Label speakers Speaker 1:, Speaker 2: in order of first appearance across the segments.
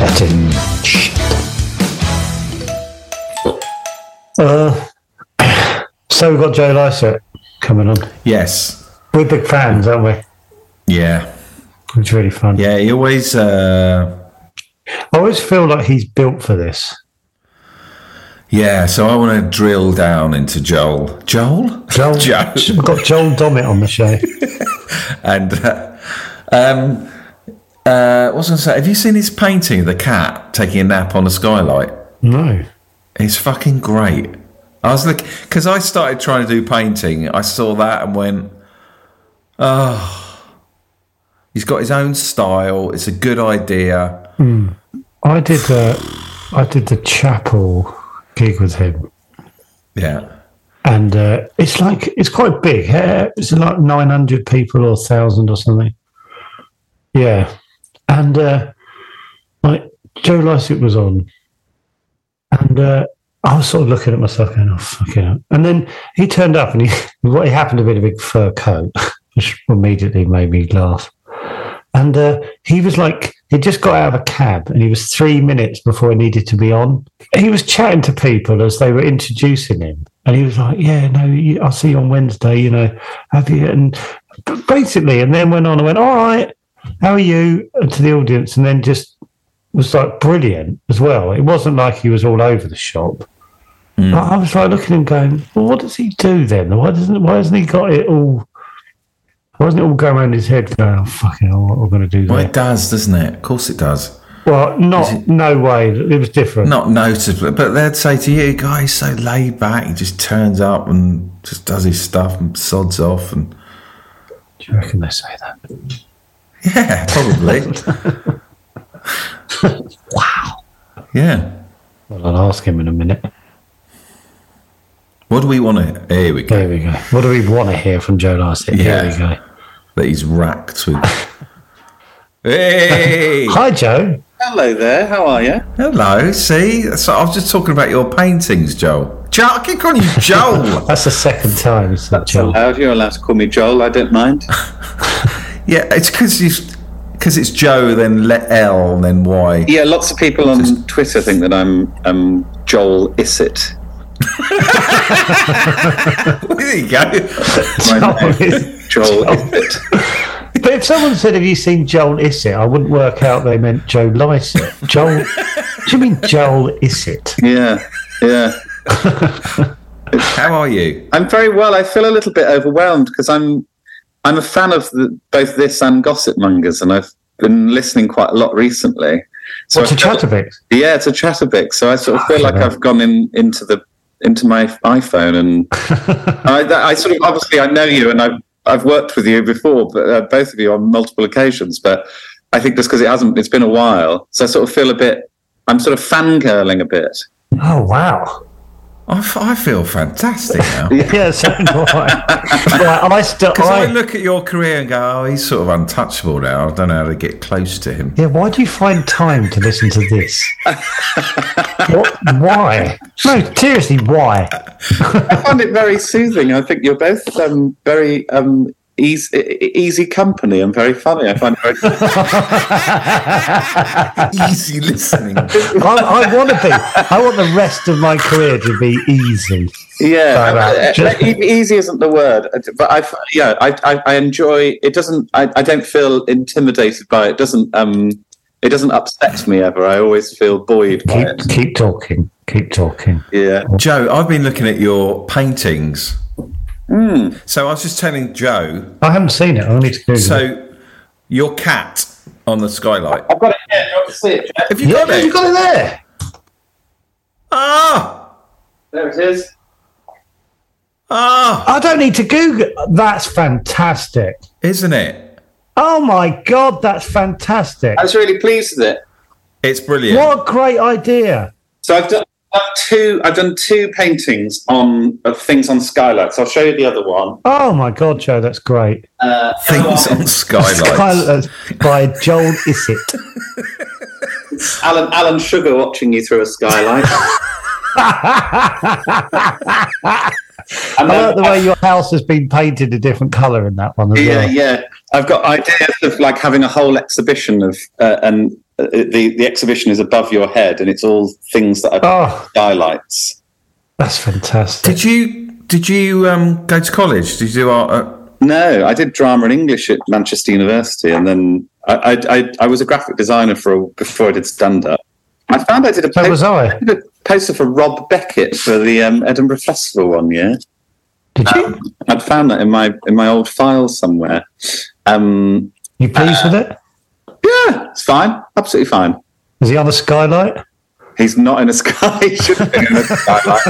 Speaker 1: Latin.
Speaker 2: Uh, so we've got Joe Lycett coming on.
Speaker 1: Yes.
Speaker 2: We're big fans, aren't we?
Speaker 1: Yeah.
Speaker 2: It's really fun.
Speaker 1: Yeah. He always. Uh,
Speaker 2: I always feel like he's built for this.
Speaker 1: yeah. So I want to drill down into Joel. Joel.
Speaker 2: Joel,
Speaker 1: Joe.
Speaker 2: We've got Joel Dommett on the show.
Speaker 1: And. Uh, um, uh, what's I gonna say? Have you seen his painting of the cat taking a nap on the skylight?
Speaker 2: No.
Speaker 1: It's fucking great. I was like, because I started trying to do painting. I saw that and went, oh, he's got his own style. It's a good idea.
Speaker 2: I did uh, I did the chapel gig with him,
Speaker 1: Yeah.
Speaker 2: and uh, it's like it's quite big. eh, It's like nine hundred people or thousand or something. Yeah, and uh, like Joe Lycett was on, and uh, I was sort of looking at myself going, "Oh fucking!" Hell. And then he turned up, and he what he happened to be in a big fur coat, which immediately made me laugh. And uh, he was like, he just got out of a cab and he was three minutes before he needed to be on. He was chatting to people as they were introducing him. And he was like, yeah, no, you- I'll see you on Wednesday, you know, have you? And b- basically, and then went on and went, all right, how are you? And to the audience. And then just was like brilliant as well. It wasn't like he was all over the shop. But I was like looking at him going, well, what does he do then? Why doesn't, why hasn't he got it all? Why doesn't it all going around his head going, oh, fucking hell, what am I going to do there?
Speaker 1: Well, it does, doesn't it? Of course it does.
Speaker 2: Well, not no way. It was different.
Speaker 1: Not noticeably, but they'd say to you, guy, he's so laid back. He just turns up and just does his stuff and sods off. And
Speaker 2: Do you reckon they say that?
Speaker 1: yeah, probably. wow. Yeah.
Speaker 2: Well, I'll ask him in a minute.
Speaker 1: What do we want to? Here we go.
Speaker 2: There we go. What do we want to hear from Joe Lycett? Here we
Speaker 1: Yeah.
Speaker 2: go.
Speaker 1: that he's racked with. hey,
Speaker 2: Hi, Joe.
Speaker 3: Hello there, how are you?
Speaker 1: hello. See, so I was just talking about your paintings, Joel. Joel, I keep calling you Joel.
Speaker 2: That's the second time it's that Joe.
Speaker 3: How if you're allowed to call me Joel, I don't mind.
Speaker 1: yeah, it's because you, because it's Joe, then let L, then Y.
Speaker 3: Yeah, lots of people on Twitter think that I'm um, Joel Issett.
Speaker 1: there you go.
Speaker 3: My
Speaker 2: Oh,
Speaker 3: name,
Speaker 2: it's-
Speaker 3: Joel Issett.
Speaker 2: but if someone said, "Have you seen Joel Issett?" I wouldn't work out they meant Joe Lycett. Joel. do you mean Joel Issett?
Speaker 3: Yeah, yeah.
Speaker 1: How are you?
Speaker 3: I'm very well. I feel a little bit overwhelmed because I'm I'm a fan of the, both this and Gossip Mongers, and I've been listening quite a lot recently. So
Speaker 2: What's
Speaker 3: I
Speaker 2: a
Speaker 3: feel-
Speaker 2: Chatterbox?
Speaker 3: Yeah, it's a Chatterbox. So I sort of feel like I've gone in into the into my iPhone, and I, that- I sort of obviously I know you, and I've I've worked with you before, but uh, both of you on multiple occasions. But I think just because it hasn't, it's been a while, so I sort of feel a bit. I'm sort of fangirling a bit.
Speaker 2: Oh wow.
Speaker 1: I, f- I feel fantastic now.
Speaker 2: Yeah, so do I. Right, I still.
Speaker 1: Because I
Speaker 2: I,
Speaker 1: look at your career and go, oh, he's sort of untouchable now. I don't know how to get close to him.
Speaker 2: Yeah, why do you find time to listen to this? what, why? No, seriously, why?
Speaker 3: I find it very soothing. I think you're both um, very um, easy, easy company and very funny. I find it very.
Speaker 1: Easy listening.
Speaker 2: I, I want to be. I want the rest of my career to be easy. Fine,
Speaker 3: Yeah,
Speaker 2: right.
Speaker 3: uh, e- easy isn't the word, uh, but I f- yeah I, I I enjoy it. Doesn't I, I don't feel intimidated by it. it. Doesn't um it doesn't upset me ever. I always feel buoyed by
Speaker 2: Keep,
Speaker 3: it.
Speaker 2: keep talking. Keep talking.
Speaker 3: Yeah,
Speaker 1: Joe, I've been looking at your paintings.
Speaker 2: Hmm.
Speaker 1: So I was just telling Joe.
Speaker 2: I haven't seen it. I need to Google it.
Speaker 1: So your cat on the skylight.
Speaker 3: I've got it here. You want to see it? Jack?
Speaker 1: Have you
Speaker 2: Yeah,
Speaker 1: got it?
Speaker 2: you got it there.
Speaker 1: Ah,
Speaker 3: There it is.
Speaker 1: ah,
Speaker 2: I don't need to Google. That's fantastic.
Speaker 1: isn't it?
Speaker 2: Oh my god, that's fantastic!
Speaker 3: I was really pleased with it.
Speaker 1: It's brilliant.
Speaker 2: What a great idea!
Speaker 3: So I've done, I've done two. I've done two paintings on of things on skylights. I'll show you the other one.
Speaker 2: Oh my god, Joe, that's great.
Speaker 3: Uh, the other
Speaker 1: Things
Speaker 3: one
Speaker 1: on skylights.
Speaker 2: Skylar's by Joel Issett.
Speaker 3: is Alan Alan Sugar watching you through a skylight. and
Speaker 2: I
Speaker 3: then
Speaker 2: like the way your house has been painted a different colour in that one as
Speaker 3: Yeah,
Speaker 2: well.
Speaker 3: yeah. I've got ideas of like having a whole exhibition of uh, and uh, the the exhibition is above your head, and it's all things that are
Speaker 2: Oh,
Speaker 3: skylights.
Speaker 2: that's fantastic.
Speaker 1: Did you did you um, go to college? Did you do art? At,
Speaker 3: No, I did drama and English at Manchester University, and then I I, I, I was a graphic designer for a, before I did stand up. I found I did a
Speaker 2: So
Speaker 3: po-
Speaker 2: was I.
Speaker 3: I did a poster for Rob Beckett for the um, Edinburgh Festival one year.
Speaker 2: Did you?
Speaker 3: I'd found that in my in my old files somewhere. Um,
Speaker 2: you pleased with it?
Speaker 3: yeah, it's fine, absolutely fine.
Speaker 2: Is he on the skylight?
Speaker 3: He's not in a sky. He should be in a skylight.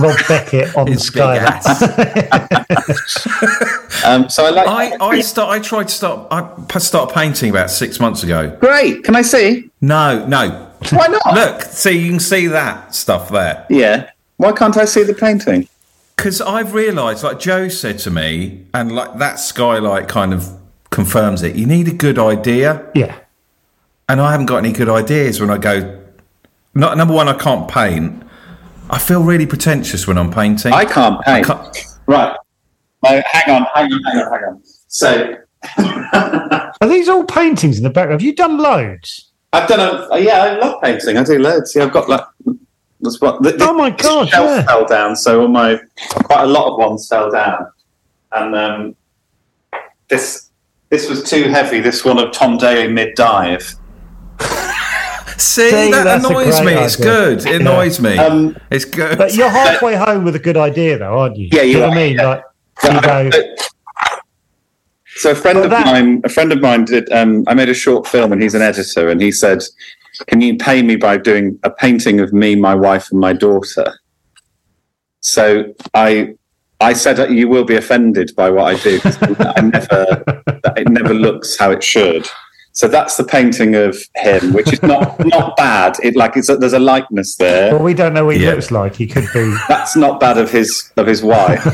Speaker 2: Rob Beckett on the
Speaker 1: His big
Speaker 2: skylight.
Speaker 3: Um, so I like.
Speaker 1: I I start I tried to start I p- started painting about six months ago.
Speaker 3: Great. Can I see?
Speaker 1: No, no.
Speaker 3: Why not?
Speaker 1: Look, see you can see that stuff there.
Speaker 3: Yeah. Why can't I see the painting?
Speaker 1: Because I've realised, like Joe said to me, and like that skylight kind of confirms it. You need a good idea,
Speaker 2: Yeah.
Speaker 1: and I haven't got any good ideas when I go. Not, number one, I can't paint. I feel really pretentious when I'm painting.
Speaker 3: I can't paint.
Speaker 1: can't-
Speaker 3: Right. Oh, hang on. Hang on. Hang on. Hang on. So
Speaker 2: Are these all paintings in the background? Have you done loads?
Speaker 3: I've done a. uh, Yeah, I love painting. I do loads. Yeah, I've got like. That's what. The,
Speaker 2: Oh my God,
Speaker 3: shelf
Speaker 2: yeah.
Speaker 3: fell down, so all my quite a lot of ones fell down, and um, this this was too heavy. This one of Tom Daly mid dive.
Speaker 1: See,
Speaker 2: See,
Speaker 1: that
Speaker 2: that's a
Speaker 1: annoys
Speaker 2: great
Speaker 1: me. It's
Speaker 2: idea.
Speaker 1: good. It annoys me.
Speaker 3: Um,
Speaker 1: it's good.
Speaker 2: But you're halfway home with a good idea, though, aren't you?
Speaker 3: Yeah,
Speaker 2: you
Speaker 3: you
Speaker 2: know what
Speaker 3: are,
Speaker 2: I mean.
Speaker 3: yeah.
Speaker 2: Like, you go,
Speaker 3: So a friend
Speaker 2: Well,
Speaker 3: of
Speaker 2: that-
Speaker 3: mine, a friend of mine did. Um, I made a short film, and he's an editor, and he said, "Can you pay me by doing a painting of me, my wife, and my daughter?" So I, I said, uh, "You will be offended by what I do. 'cause I never, that it never looks how it should." So that's the painting of him, which is not not bad. It like it's a, there's a likeness there.
Speaker 2: well, we don't know what he
Speaker 1: Yeah.
Speaker 2: looks like. He could be.
Speaker 3: That's not bad of his of his wife.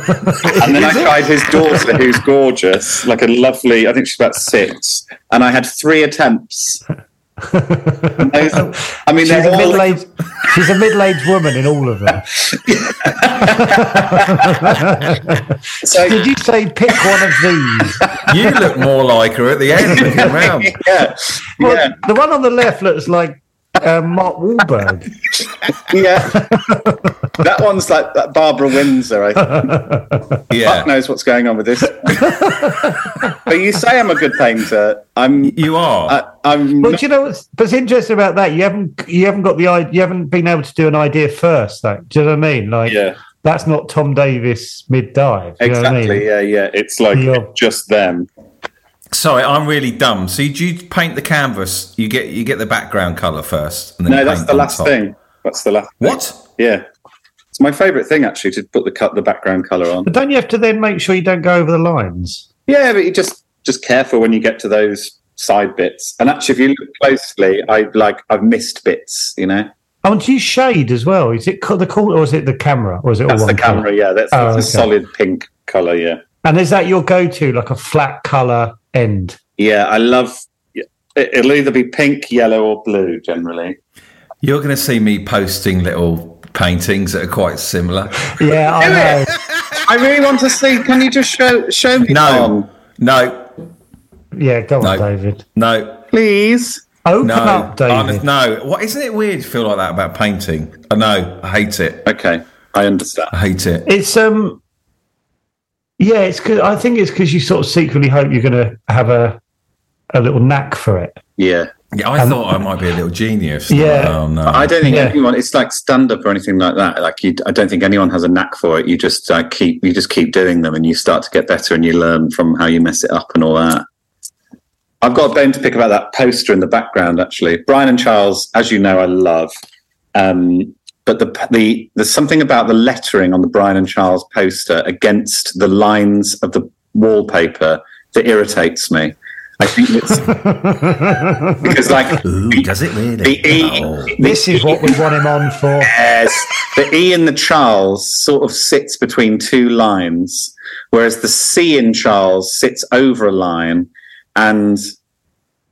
Speaker 3: And then I tried his daughter, who's gorgeous, like a lovely. I think she's about six. And I had three attempts. And those- I mean,
Speaker 2: She's a
Speaker 3: they're all,
Speaker 2: middle-aged. she's a middle-aged woman in all of them.
Speaker 3: so,
Speaker 2: Did you say pick one of these?
Speaker 1: you look more like her at the end. Looking around.
Speaker 3: yeah,
Speaker 2: Well,
Speaker 3: yeah,
Speaker 2: The one on the left looks like um, Mark Wahlberg.
Speaker 3: yeah. That one's like that Barbara Windsor. I think.
Speaker 1: Yeah,
Speaker 3: Fuck knows what's going on with this. but you say I'm a good painter. I'm.
Speaker 1: you are.
Speaker 3: I, I'm.
Speaker 2: Well,
Speaker 3: not-
Speaker 2: do you know what's, what's interesting about that? You haven't you haven't got the idea. You haven't been able to do an idea first. Though. Do you know what I mean? Like,
Speaker 3: yeah,
Speaker 2: that's not Tom Davis mid dive.
Speaker 3: exactly. Yeah, yeah. It's like
Speaker 2: Yeah.
Speaker 3: just them.
Speaker 1: Sorry, I'm really dumb. So you do you paint the canvas. You get you get the background color first. And then
Speaker 3: No,
Speaker 1: you
Speaker 3: that's
Speaker 1: paint
Speaker 3: the
Speaker 1: on
Speaker 3: last
Speaker 1: top.
Speaker 3: thing. That's the last. thing.
Speaker 1: What?
Speaker 3: Yeah. It's my favourite thing actually to put the cut the background colour on.
Speaker 2: But don't you have to then make sure you don't go over the lines?
Speaker 3: Yeah, but you just just careful when you get to those side bits. And actually if you look closely, I like I've missed bits, you know?
Speaker 2: Oh, and do you shade as well? Is it co- the call or is it the camera or is it
Speaker 3: That's
Speaker 2: all
Speaker 3: the
Speaker 2: one colour?
Speaker 3: camera, yeah. That's,
Speaker 2: Oh,
Speaker 3: that's a
Speaker 2: okay.
Speaker 3: solid pink colour, yeah.
Speaker 2: And is that your go-to, like a flat color end?
Speaker 3: Yeah, I love it- it'll either be pink, yellow, or blue generally.
Speaker 1: You're going to see me posting little paintings that are quite similar.
Speaker 2: Yeah, I know.
Speaker 3: I really want to see can you just show show me
Speaker 1: No,
Speaker 3: one,
Speaker 1: no,
Speaker 2: Yeah, go on,
Speaker 1: No.
Speaker 2: David.
Speaker 1: no,
Speaker 3: please?
Speaker 2: Open
Speaker 1: no.
Speaker 2: up, David.
Speaker 1: Honest- no. What isn't it weird to feel like that about painting? I know. I hate it.
Speaker 3: Okay. I understand.
Speaker 1: I hate it.
Speaker 2: It's um, yeah, it's because I think it's because you sort of secretly hope you're going to have a a little knack for it.
Speaker 3: Yeah.
Speaker 1: Yeah, I thought I might be a little genius.
Speaker 2: Yeah.
Speaker 1: Oh no.
Speaker 3: I don't think
Speaker 2: Yeah.
Speaker 3: anyone. It's like stand up or anything like that. Like you, I don't think anyone has a knack for it. You just like keep you just keep doing them, and you start to get better, and you learn from how you mess it up and all that. I've got a bone to pick about that poster in the background. Actually, Brian and Charles, as you know, I love. Um, but the the there's something about the lettering on the Brian and Charles poster against the lines of the wallpaper that irritates me. I think it's because like
Speaker 1: Ooh, does it really?
Speaker 3: the e
Speaker 1: Oh.
Speaker 2: This is what we want him on for.
Speaker 3: Yes. The E in the Charles sort of sits between two lines, whereas the C in Charles sits over a line, and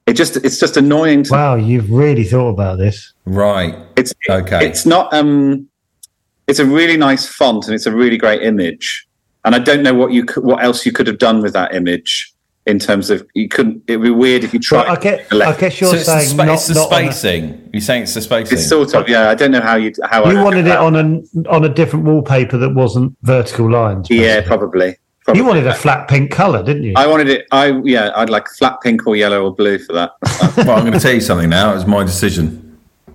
Speaker 3: it just it's just annoying. To,
Speaker 2: Wow, you've really thought about this.
Speaker 1: Right.
Speaker 3: it's
Speaker 1: Okay.
Speaker 3: It's not um, it's a really nice font, and it's a really great image, and I don't know what you could, what else you could have done with that image. in terms of you couldn't. It'd be weird if you tried.
Speaker 2: But I guess,
Speaker 3: to
Speaker 2: I
Speaker 3: left.
Speaker 2: guess you're
Speaker 1: so it's the,
Speaker 2: saying
Speaker 1: spa-
Speaker 2: not,
Speaker 1: it's the
Speaker 2: not on a-
Speaker 1: spacing. You're saying it's the spacing.
Speaker 3: It's sort of yeah. I don't know how you how I
Speaker 2: you wanted it on a on a different wallpaper that wasn't vertical lines.
Speaker 3: Yeah,
Speaker 2: basically.
Speaker 3: probably. probably.
Speaker 2: you wanted a flat pink color, didn't you?
Speaker 3: I wanted it. I yeah. I'd like flat pink or yellow or blue for that. Uh,
Speaker 1: well, I'm going to tell you something now. It was my decision.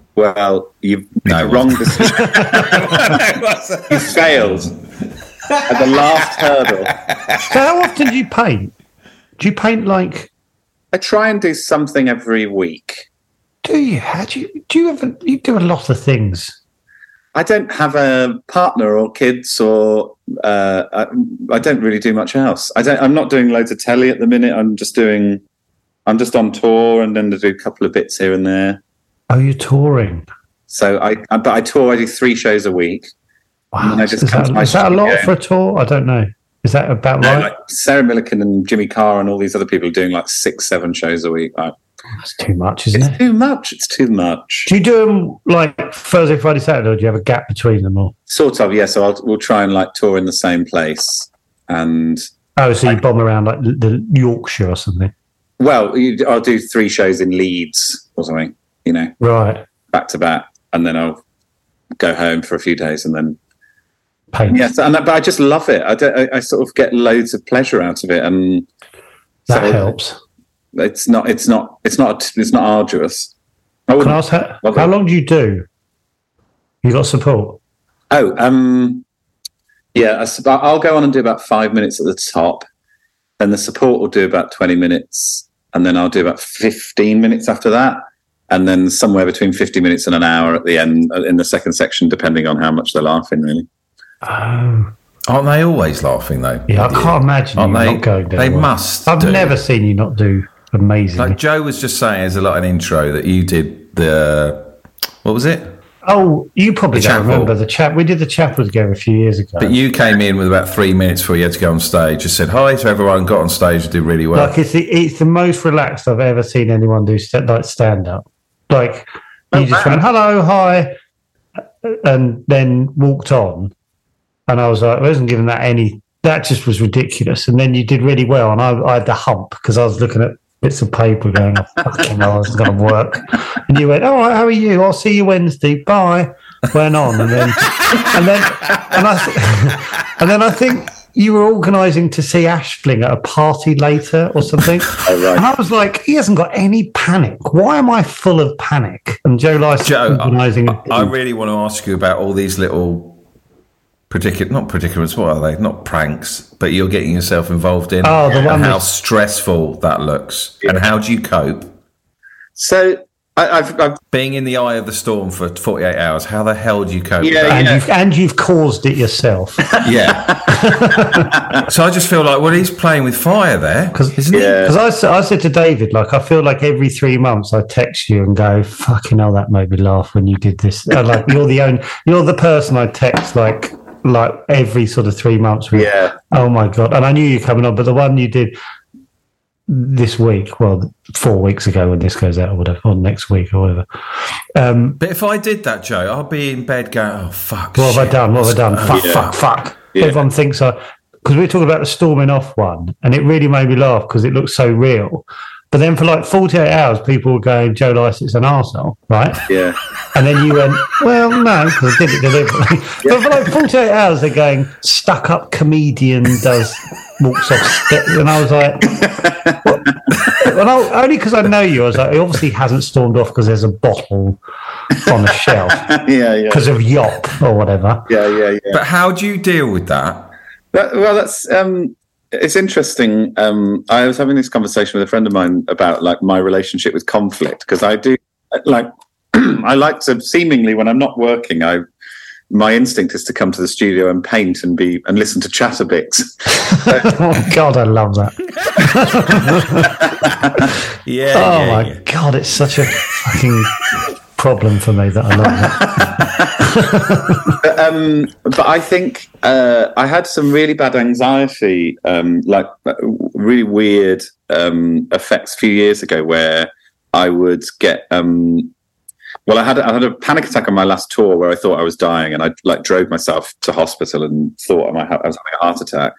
Speaker 3: well, you've made
Speaker 1: No,
Speaker 3: the
Speaker 1: it
Speaker 3: wrong decision. you failed at the last hurdle.
Speaker 2: So how often do you paint? Do you paint like?
Speaker 3: I try and do something every week.
Speaker 2: Do you? How do you? Do you ever? You do a lot of things.
Speaker 3: I don't have a partner or kids, or uh, I, I don't really do much else. I don't. I'm not doing loads of telly at the minute. I'm just doing. I'm just on tour, and then I do a couple of bits here and there.
Speaker 2: Oh, you're touring.
Speaker 3: So I, I but I tour. I do three shows a week.
Speaker 2: Wow,
Speaker 3: No,
Speaker 2: is,
Speaker 3: just come
Speaker 2: that,
Speaker 3: to my
Speaker 2: is that a lot
Speaker 3: studio.
Speaker 2: for a tour? I don't know. Is that about
Speaker 3: No,
Speaker 2: right?
Speaker 3: like Sarah Milliken and Jimmy Carr and all these other people are doing like six, seven shows a week. Like,
Speaker 2: That's too much, isn't
Speaker 3: it's
Speaker 2: it?
Speaker 3: too much. It's too much.
Speaker 2: Do you do them like Thursday, Friday, Saturday, or do you have a gap between them? Or
Speaker 3: Sort of. Yeah. So I'll, we'll try and like tour in the same place. And
Speaker 2: oh, so you bomb around like the the Yorkshire or something,
Speaker 3: well, you, I'll do three shows in Leeds or something. You know,
Speaker 2: right?
Speaker 3: back to back, and then I'll go home for a few days, and then
Speaker 2: Paint.
Speaker 3: yes. And I, but I just love it. I don't. I, I sort of get loads of pleasure out of it, and
Speaker 2: that
Speaker 3: so-
Speaker 2: helps.
Speaker 3: it's not. It's not. It's not. It's not arduous. I
Speaker 2: Can I
Speaker 3: wouldn't
Speaker 2: ask how,
Speaker 3: Lovely.
Speaker 2: how long do you do? You got support?
Speaker 3: Oh, um, yeah, I sup- I'll go on and do about five minutes at the top, and the support will do about 20 minutes, and then I'll do about 15 minutes after that, and then somewhere between 50 minutes and an hour at the end uh, in the second section, depending on how much they're laughing, really.
Speaker 2: Oh,
Speaker 1: Aren't they always laughing though?
Speaker 2: yeah. I can't imagine you
Speaker 1: Aren't they?
Speaker 2: not going down.
Speaker 1: Oh, they
Speaker 2: well.
Speaker 1: must.
Speaker 2: I've
Speaker 1: do.
Speaker 2: never seen you not do amazingly.
Speaker 1: Like Joe was just saying as a like an intro that you did the what was it?
Speaker 2: oh, you probably
Speaker 1: The
Speaker 2: don't
Speaker 1: chapel.
Speaker 2: remember the chap. We did the chapel together a few years ago.
Speaker 1: But you came in with about three minutes before you had to go on stage. Just said hi to everyone, got on stage, did really well.
Speaker 2: Like it's the it's the most relaxed I've ever seen anyone do st- like stand up. Like you just went hello, hi, and then walked on. And I was like, I wasn't giving that any. That just was ridiculous. And then you did really well, and I, I had the hump because I was looking at bits of paper going, "Oh, "Fucking, hell, this is going to work." And you went, "All right, how are you? I'll see you Wednesday. Bye." Went on, and then and then and I th- and then I think you were organising to see Ashling at a party later or something.
Speaker 3: Oh, right.
Speaker 2: And I was like, he hasn't got any panic. Why am I full of panic? And Joe Lyce
Speaker 1: Joe, I-
Speaker 2: organising. a-
Speaker 1: I really want to ask you about all these little predic not predicaments. What are they? Not pranks, but you're getting yourself involved in.
Speaker 2: Oh, the one
Speaker 1: and how
Speaker 2: that's-
Speaker 1: stressful that looks, and how do you cope?
Speaker 3: So I, I've, I've,
Speaker 1: Being in the eye of the storm for 48 hours, how the hell do you cope? with
Speaker 3: Yeah,
Speaker 1: that?
Speaker 2: and you've and you've caused it yourself.
Speaker 1: yeah. so I just feel like, well, he's playing with fire there, isn't he?
Speaker 3: yeah.
Speaker 2: Because I, s- I said to David, like, I feel like every three months I text you and go, fucking hell, that made me laugh when you did this. And, like, you're the only, you're the person I text, like, like every sort of three months. with,
Speaker 3: Yeah.
Speaker 2: Oh my God. And I knew you were coming on, but the one you did this week, well, four weeks ago when this goes out or whatever, or next week or whatever. Um,
Speaker 1: But if I did that, Joe, I'd be in bed going, oh, fuck.
Speaker 2: what have I
Speaker 1: shit.
Speaker 2: done? What have I done? Fuck,
Speaker 3: Yeah.
Speaker 2: fuck, fuck.
Speaker 3: Yeah.
Speaker 2: Everyone thinks I, because we were talking about the storming off one, and it really made me laugh because it looked so real. But then for like 48 hours, people were going, Joe Lice is an arsehole, right?
Speaker 3: yeah.
Speaker 2: And then you went, well, no, because I did it deliberately. But for like 48 hours, they're going, stuck up comedian does walks off. St-. And I was like, what? and I, only because I know you, I was like, he obviously hasn't stormed off because there's a bottle on a shelf
Speaker 3: yeah. Yeah.
Speaker 2: because of Yop or whatever.
Speaker 3: Yeah. Yeah. Yeah.
Speaker 1: But how do you deal with that?
Speaker 3: That, well, that's um, it's interesting. Um, I was having this conversation with a friend of mine about like my relationship with conflict because I do like I like to seemingly when I'm not working, I my instinct is to come to the studio and paint and be and listen to Chatterbix.
Speaker 2: oh, God, I love that.
Speaker 1: Yeah.
Speaker 2: Oh,
Speaker 1: yeah,
Speaker 2: my
Speaker 1: yeah.
Speaker 2: God, it's such a fucking problem for me that I love that.
Speaker 3: but, um, but I think uh, I had some really bad anxiety, um, like uh, really weird um, effects a few years ago where I would get. Um, Well, I had I had a panic attack on my last tour where I thought I was dying, and I like drove myself to hospital and thought I, might ha- I was having a heart attack,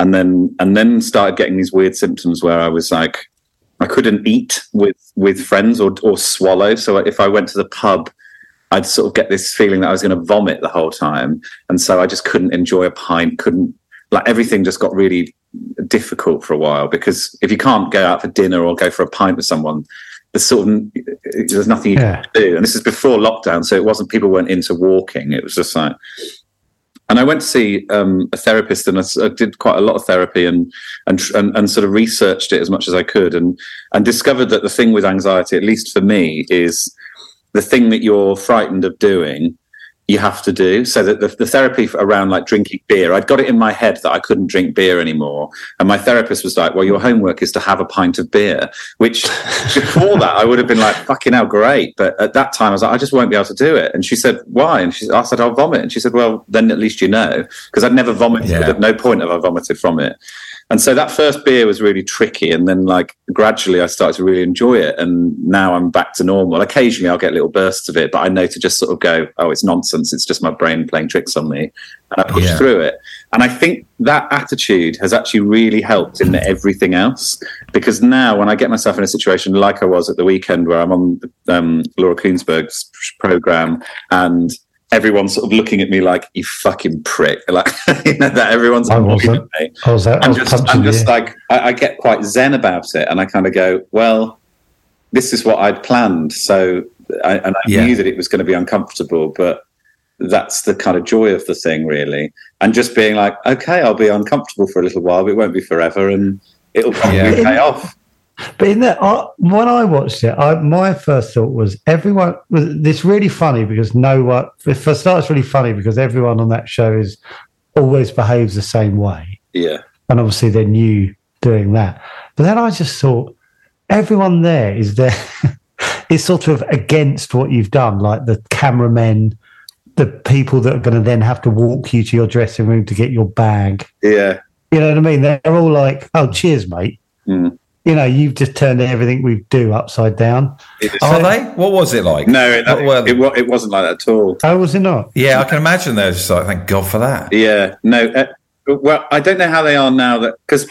Speaker 3: and then and then started getting these weird symptoms where I was like, I couldn't eat with with friends or or swallow. So if I went to the pub, I'd sort of get this feeling that I was going to vomit the whole time, and so I just couldn't enjoy a pint. Couldn't like everything just got really difficult for a while because if you can't go out for dinner or go for a pint with someone, there's sort of there's nothing you
Speaker 2: Yeah.
Speaker 3: can do. And this is before lockdown, so it wasn't people weren't into walking. It was just like. And I went to see um, a therapist, and I, s- I did quite a lot of therapy, and and, tr- and and sort of researched it as much as I could, and and discovered that the thing with anxiety, at least for me, is the thing that you're frightened of doing you have to do so that the, the therapy f- around like drinking beer i'd got it in my head that i couldn't drink beer anymore and my therapist was like well your homework is to have a pint of beer which before that i would have been like fucking hell great but at that time i was like i just won't be able to do it and she said why and she i said i'll vomit and she said well then at least you know because i'd never vomited
Speaker 1: Yeah.
Speaker 3: at no point have i vomited from it and so that first beer was really tricky. And then, like, gradually I started to really enjoy it. And now I'm back to normal. Occasionally I'll get little bursts of it, but I know to just sort of go, oh, it's nonsense. It's just my brain playing tricks on me. And I push
Speaker 1: Yeah.
Speaker 3: through it. And I think that attitude has actually really helped in everything else. Because now when I get myself in a situation like I was at the weekend where I'm on um, Laura Koonsberg's program and everyone's sort of looking at me like, you fucking prick. Like, you know, that everyone's
Speaker 2: I
Speaker 3: annoyed
Speaker 2: wasn't.
Speaker 3: at me.
Speaker 2: I was out. I
Speaker 3: I'm
Speaker 2: was
Speaker 3: just,
Speaker 2: pumped in
Speaker 3: I'm
Speaker 2: the
Speaker 3: just
Speaker 2: air.
Speaker 3: like, I, I get quite zen about it, and I kind of go, well, this is what I'd planned. So, I, and I
Speaker 1: Yeah.
Speaker 3: knew that it was going to be uncomfortable, but that's the kind of joy of the thing, really. And just being like, okay, I'll be uncomfortable for a little while, but it won't be forever, and it'll probably
Speaker 1: Yeah.
Speaker 3: pay off.
Speaker 2: But in that, I, when I watched it, I, my first thought was everyone was this really funny because no one, for a start, it's really funny because everyone on that show is always behaves the same way.
Speaker 3: Yeah,
Speaker 2: And obviously they're new doing that. But then I just thought everyone there is there is sort of against what you've done, like the cameramen, the people that are going to then have to walk you to your dressing room to get your bag.
Speaker 3: yeah,
Speaker 2: You know what I mean? They're all like, "Oh, cheers, mate."
Speaker 3: Mm.
Speaker 2: You know, you've just turned everything we do upside down.
Speaker 3: It is-
Speaker 1: Are they? What was it like?
Speaker 3: no, it,
Speaker 1: What were
Speaker 3: it,
Speaker 1: they?
Speaker 3: wa- it wasn't like that at all.
Speaker 2: Oh, was it not?
Speaker 1: yeah, I can imagine they're just like, thank God for that.
Speaker 3: Yeah, no. Uh, well, I don't know how they are now that because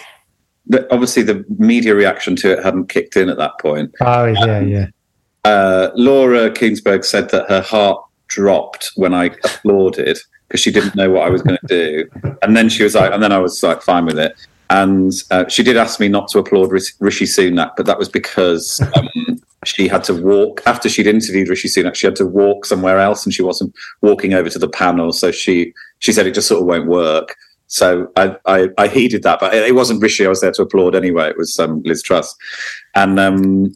Speaker 3: obviously the media reaction to it hadn't kicked in at that point.
Speaker 2: Oh, yeah, yeah.
Speaker 3: uh, Laura Koonsberg said that her heart dropped when I applauded because she didn't know what I was going to do, and then she was like, and then I was like, fine with it. And uh, she did ask me not to applaud Rishi Rishi Sunak, but that was because um, she had to walk after she'd interviewed Rishi Sunak. She had to walk somewhere else, and she wasn't walking over to the panel, so she she said it just sort of won't work. So I, I, I heeded that, but it it wasn't Rishi. I was there to applaud anyway. It was um, Liz Truss, and um,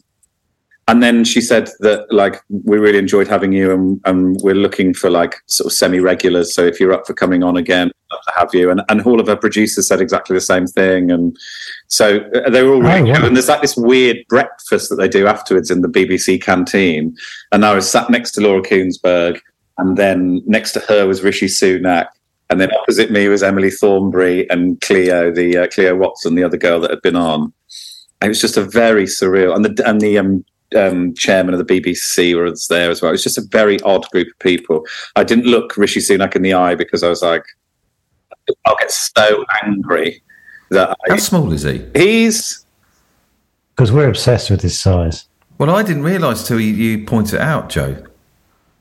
Speaker 3: and then she said that like we really enjoyed having you and, and we're looking for like sort of semi-regulars so if you're up for coming on again we'd love to have you and, and all of her producers said exactly the same thing and so uh, they were all really
Speaker 2: Oh, wow.
Speaker 3: good and there's like this weird breakfast that they do afterwards in the bbc canteen and i was sat next to laura koonsberg and then next to her was rishi sunak and then opposite me was Emily Thornbury and Cleo, the uh, Cleo Watson, the other girl that had been on. It was just a very surreal, and the and the um, um, chairman of the BBC was there as well. It was just a very odd group of people. I didn't look Rishi Sunak in the eye because I was like, I'll get so angry that
Speaker 1: How
Speaker 3: I,
Speaker 1: small is he?
Speaker 3: he's
Speaker 2: Because we're obsessed with his size.
Speaker 1: Well, I didn't realise till you, you pointed it out, Joe.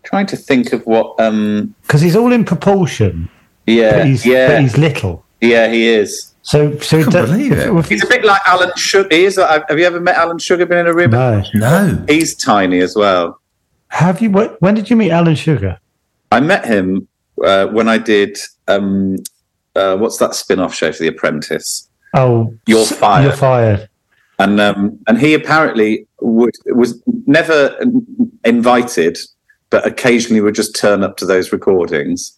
Speaker 3: trying to think of what. Um,
Speaker 2: Because he's all in proportion,
Speaker 3: yeah,
Speaker 2: but, he's, but
Speaker 3: yeah,
Speaker 2: he's little.
Speaker 3: yeah, he is.
Speaker 2: So, so
Speaker 1: Can't believe it.
Speaker 3: He's a bit like Alan Sugar. He is. uh, Have you ever met Alan Sugar? Been in a room?
Speaker 2: no.
Speaker 1: No.
Speaker 3: He's tiny as well.
Speaker 2: Have you? wh- When did you meet Alan Sugar?
Speaker 3: I met him uh, when I did um, uh, what's that spin-off show for The Apprentice,
Speaker 2: Oh,
Speaker 3: You're
Speaker 2: s-
Speaker 3: fired.
Speaker 2: You're fired.
Speaker 3: and um, and he apparently would, was never invited, but occasionally would just turn up to those recordings.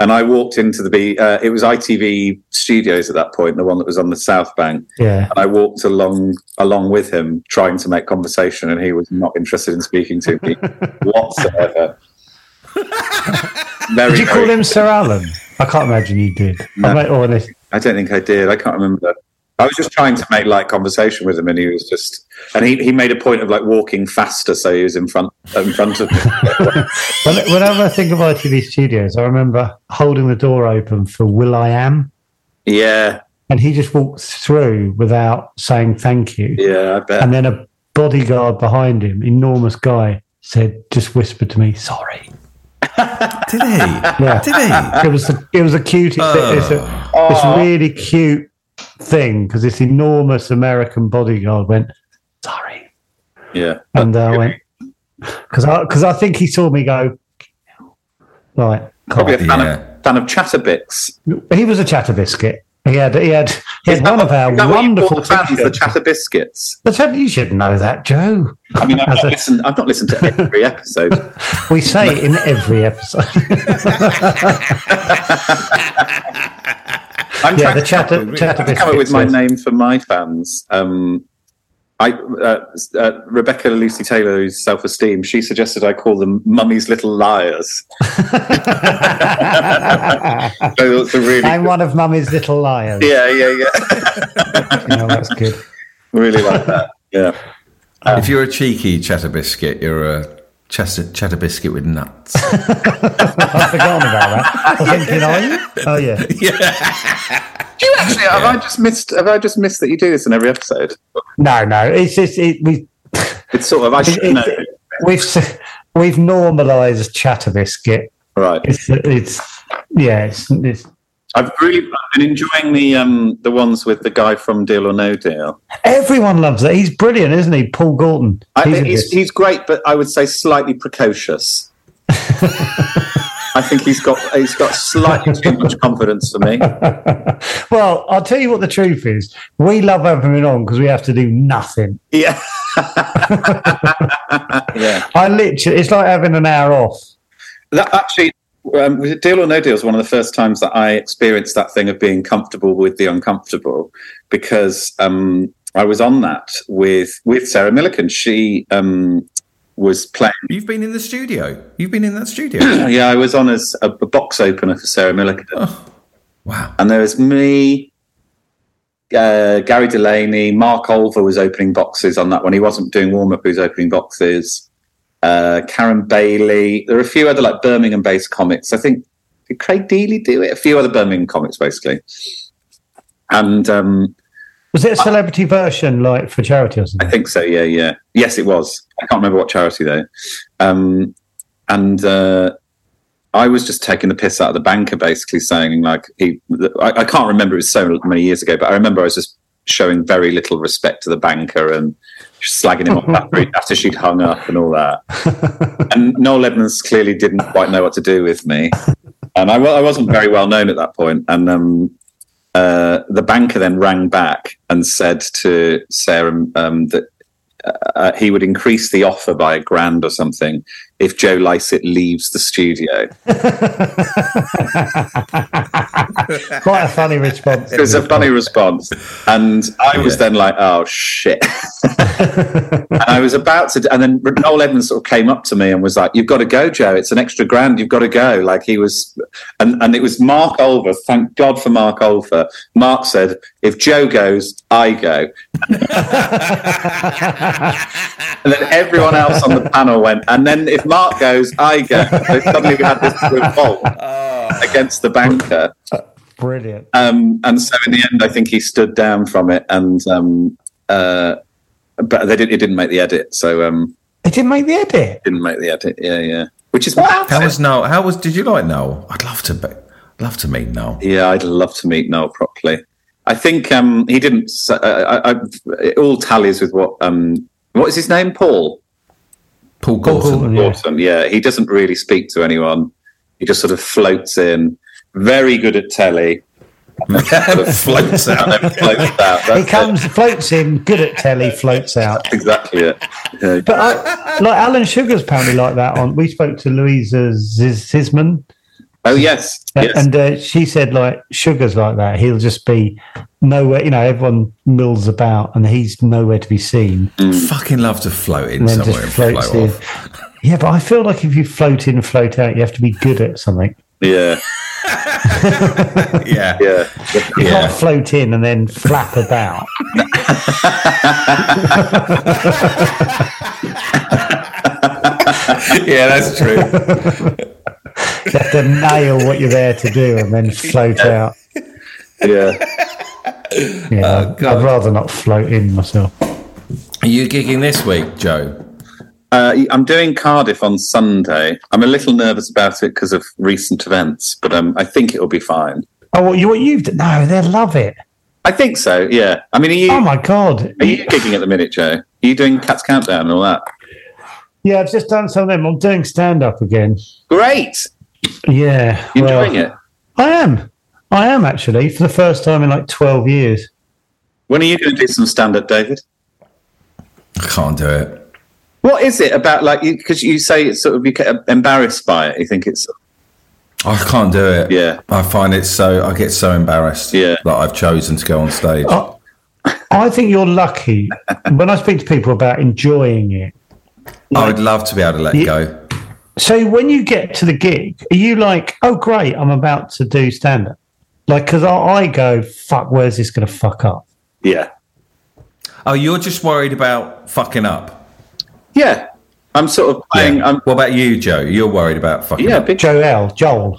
Speaker 3: And I walked into the B. Uh, it was ITV Studios at that point, the one that was on the South Bank.
Speaker 2: Yeah.
Speaker 3: And I walked along along with him, trying to make conversation, and he was not interested in speaking to me whatsoever. Very,
Speaker 2: Did you
Speaker 3: very-
Speaker 2: call him Sir Alan? I can't imagine you did.
Speaker 3: No.
Speaker 2: I might, or unless-
Speaker 3: I don't think I did. I can't remember. I was just trying to make light conversation with him, and he was just And he, he made a point of like walking faster, so he was in front in front of me.
Speaker 2: When- Whenever I think of ITV Studios, I remember holding the door open for Will I Am,
Speaker 3: yeah,
Speaker 2: and he just walked through without saying thank you.
Speaker 3: yeah, I bet.
Speaker 2: And then a bodyguard behind him, enormous guy, said, just whispered to me, sorry.
Speaker 1: Did he?
Speaker 2: Yeah.
Speaker 1: Did he?
Speaker 2: it was a, it was a cute it's,
Speaker 1: Oh.
Speaker 2: a, it's
Speaker 3: Oh,
Speaker 2: a really cute thing because this enormous American bodyguard went sorry
Speaker 3: yeah,
Speaker 2: and uh, I went because I because I think he saw me go right
Speaker 3: probably a
Speaker 2: God.
Speaker 3: fan
Speaker 1: Oh, Yeah.
Speaker 3: of fan of Chatterbix.
Speaker 2: he was a chatter biscuit he had he had he
Speaker 3: Is
Speaker 2: had
Speaker 3: that
Speaker 2: one
Speaker 3: what-
Speaker 2: of our
Speaker 3: is that what you call
Speaker 2: wonderful
Speaker 3: the fans, the
Speaker 2: t-shirts.
Speaker 3: Chatter Biscuits.
Speaker 2: The chat- you should know that Joe
Speaker 3: I mean, I've
Speaker 2: As
Speaker 3: not,
Speaker 2: a-
Speaker 3: listened, I've not listened to every episode.
Speaker 2: we say it in every episode
Speaker 3: I'm
Speaker 2: yeah
Speaker 3: trying
Speaker 2: the
Speaker 3: to-
Speaker 2: chatter chatter
Speaker 3: I'm trying to come up with my
Speaker 2: biscuit
Speaker 3: name for my fans. Um, I uh, uh, Rebecca Lucy Taylor's self esteem. She suggested I call them "Mummy's Little Liars."
Speaker 2: says.
Speaker 3: So that's a really
Speaker 2: I'm one of Mummy's little liars.
Speaker 3: yeah, yeah, yeah.
Speaker 2: You know, that's good.
Speaker 3: really like that. Yeah,
Speaker 1: if you're a cheeky chatter biscuit, you're a chatter, chatter biscuit with nuts.
Speaker 2: I've forgotten about that. I was thinking, are you? Oh yeah.
Speaker 3: do you actually? Have I just missed? Have I just missed that you do this in every episode?
Speaker 2: No, no. It's just it, we
Speaker 3: It's sort of I should know.
Speaker 2: it, we've s- we've normalised chatter biscuit.
Speaker 3: Right.
Speaker 2: It's it's yeah. It's, it's
Speaker 3: I've really I've been enjoying the um the ones with the guy from Deal or No Deal.
Speaker 2: everyone loves it. He's brilliant, isn't he? Paul Gorton.
Speaker 3: I
Speaker 2: He's
Speaker 3: think
Speaker 2: a
Speaker 3: he's,
Speaker 2: good-
Speaker 3: he's great, but I would say slightly precocious. I think he's got he's got slightly too much confidence for me.
Speaker 2: well, I'll tell you what the truth is. We love having him on because we have to do nothing.
Speaker 3: Yeah. yeah.
Speaker 2: I literally, it's like having an hour off.
Speaker 3: That actually, um, was it Deal or No Deal is one of the first times that I experienced that thing of being comfortable with the uncomfortable, because um, I was on that with with Sarah Millican. She um, was playing.
Speaker 1: You've been in the studio. You've been in that studio.
Speaker 3: Yeah, I was on as a, a box opener for Sarah Millican,
Speaker 1: wow.
Speaker 3: and there was me. Uh, Gary Delaney, Mark Olver was opening boxes on that one. He wasn't doing warm up, he was opening boxes. uh, Karen Bailey. There are a few other like Birmingham based comics. I think did Craig Deely do it? A few other Birmingham comics basically. And um,
Speaker 2: Was it a celebrity version, like for charity or
Speaker 3: I
Speaker 2: something?
Speaker 3: think so, yeah, yeah. Yes, it was. I can't remember what charity though. Um, and uh, I was just taking the piss out of the banker, basically saying like he. I, I can't remember. It was so many years ago, but I remember I was just showing very little respect to the banker and slagging him off after, he- after she'd hung up and all that. and Noel Edmonds clearly didn't quite know what to do with me, and I, wa- I wasn't very well known at that point, and. Um, uh, the banker then rang back and said to Sarah um, that uh, he would increase the offer by a grand or something if Joe Lycett leaves the studio.
Speaker 2: Quite a funny response.
Speaker 3: It was a funny response. And I was
Speaker 1: Yeah.
Speaker 3: then like, oh, shit. and I was about to, and then Noel Edmonds sort of came up to me and was like, you've got to go, Joe. It's an extra grand. You've got to go. Like he was, and, and it was Mark Olver. Thank God for Mark Olver. Mark said, if Joe goes, I go. and then everyone else on the panel went, and then if Mark goes, I go. So suddenly we had this revolt against the banker.
Speaker 2: Brilliant.
Speaker 3: Um, and so in the end, I think he stood down from it, and um, uh, but they did, it didn't make the edit, so um,
Speaker 2: They didn't make the edit.
Speaker 3: didn't make the edit. Yeah, yeah. Which is what?
Speaker 1: How was Noel? How was? Did you like Noel? I'd love to. Be, love to meet Noel.
Speaker 3: Yeah, I'd love to meet Noel properly. I think um, he didn't. s- uh, I, I, it all tallies with what um, what is his name? Paul
Speaker 1: Paul
Speaker 2: Paul Gorton,
Speaker 1: Gorton.
Speaker 2: Oh, yeah.
Speaker 3: Awesome. Yeah, he doesn't really speak to anyone. He just sort of floats in. Very good at telly. Sort of floats out. and floats out. That's
Speaker 2: He comes, floats in, good at telly, floats out.
Speaker 3: it. exactly it. Yeah.
Speaker 2: But I, like Alan Sugar's apparently like that. On we spoke to Louisa Sis- Sisman,
Speaker 3: Oh yes, yes.
Speaker 2: and uh, she said like Sugar's like that. He'll just be nowhere. You know, everyone mills about, and he's nowhere to be seen.
Speaker 1: Fucking love to float in
Speaker 2: And Mm. then
Speaker 1: somewhere and
Speaker 2: just floats
Speaker 1: float
Speaker 2: in.
Speaker 1: off.
Speaker 2: Yeah, but I feel like if you float in, float out, you have to be good at something.
Speaker 3: Yeah.
Speaker 1: yeah.
Speaker 3: Yeah.
Speaker 2: You
Speaker 1: Yeah.
Speaker 2: can't float in and then flap about.
Speaker 1: yeah, that's true.
Speaker 2: You have to nail what you're there to do and then float out.
Speaker 3: Yeah.
Speaker 2: Yeah,
Speaker 1: Oh, God.
Speaker 2: I'd rather not float in myself.
Speaker 1: Are you gigging this week, Joe?
Speaker 3: Uh, I'm doing Cardiff on Sunday. I'm a little nervous about it because of recent events, but um, I think it'll be fine.
Speaker 2: Oh, what, you, what you've done? No, they love it.
Speaker 3: I think so. Yeah. I mean, are you
Speaker 2: Oh my God.
Speaker 3: are you gigging at the minute, Joe? Are you doing Cats Countdown and all that?
Speaker 2: Yeah, I've just done some of them. I'm doing stand up again.
Speaker 3: Great.
Speaker 2: Yeah.
Speaker 3: You
Speaker 2: well,
Speaker 3: enjoying it?
Speaker 2: I am. I am actually for the first time in like 12 years.
Speaker 3: When are you going to do some stand up, David?
Speaker 1: I can't do it.
Speaker 3: What is it about like you? Because you say it's sort of you get embarrassed by it. You think it's
Speaker 1: I can't do it.
Speaker 3: Yeah.
Speaker 1: I find it so, I get so embarrassed
Speaker 3: Yeah.
Speaker 1: that I've chosen to go on stage.
Speaker 2: I, I think you're lucky. when I speak to people about enjoying it,
Speaker 1: I would love to be able to let
Speaker 2: Yeah.
Speaker 1: go.
Speaker 2: So when you get to the gig, are you like, oh great, I'm about to do stand up? Like, because I, I go, fuck, where's this going to fuck up?
Speaker 3: yeah,
Speaker 1: Oh, you're just worried about fucking up.
Speaker 3: yeah. I'm sort of playing. I'm
Speaker 1: What about you, Joe? You're worried about fucking
Speaker 3: yeah,
Speaker 1: up.
Speaker 3: big
Speaker 2: Joel, Joel.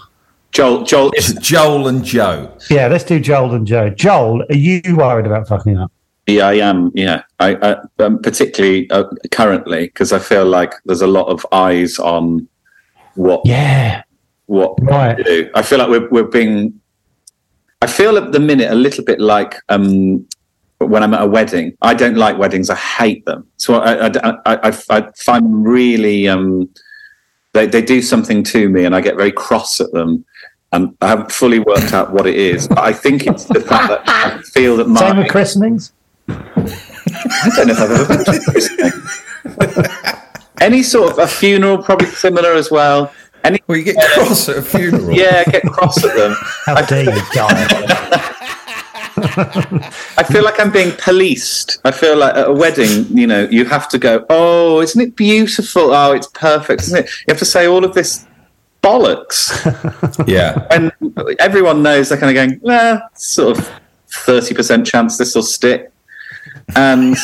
Speaker 3: Joel. Joel is
Speaker 1: Joel and Joe.
Speaker 2: Yeah, let's do Joel and Joe. Joel, are you worried about fucking up?
Speaker 3: Yeah, I am. Yeah, I, I um, particularly uh, currently because I feel like there's a lot of eyes on what
Speaker 2: Yeah,
Speaker 3: what
Speaker 2: right.
Speaker 3: we do. I feel like we're we're being. I feel at the minute a little bit like um, when I'm at a wedding. I don't like weddings. I hate them. So I I, I, I, I find them really um, they they do something to me, and I get very cross at them. And I haven't fully worked out what it is. But I think it's the fact that I feel that my
Speaker 2: Same with christenings.
Speaker 3: I don't know if I've ever been to a christening. Any sort of a funeral, probably similar as well. Any,
Speaker 1: Well, you get cross at a funeral.
Speaker 3: yeah, get cross at them.
Speaker 2: How dare you die?
Speaker 3: I feel like I'm being policed. I feel like at a wedding, you know, you have to go, oh, isn't it beautiful? Oh, it's perfect, isn't it? You have to say all of this bollocks.
Speaker 1: Yeah.
Speaker 3: And everyone knows they're kind of going, nah, sort of 30% chance this will stick. And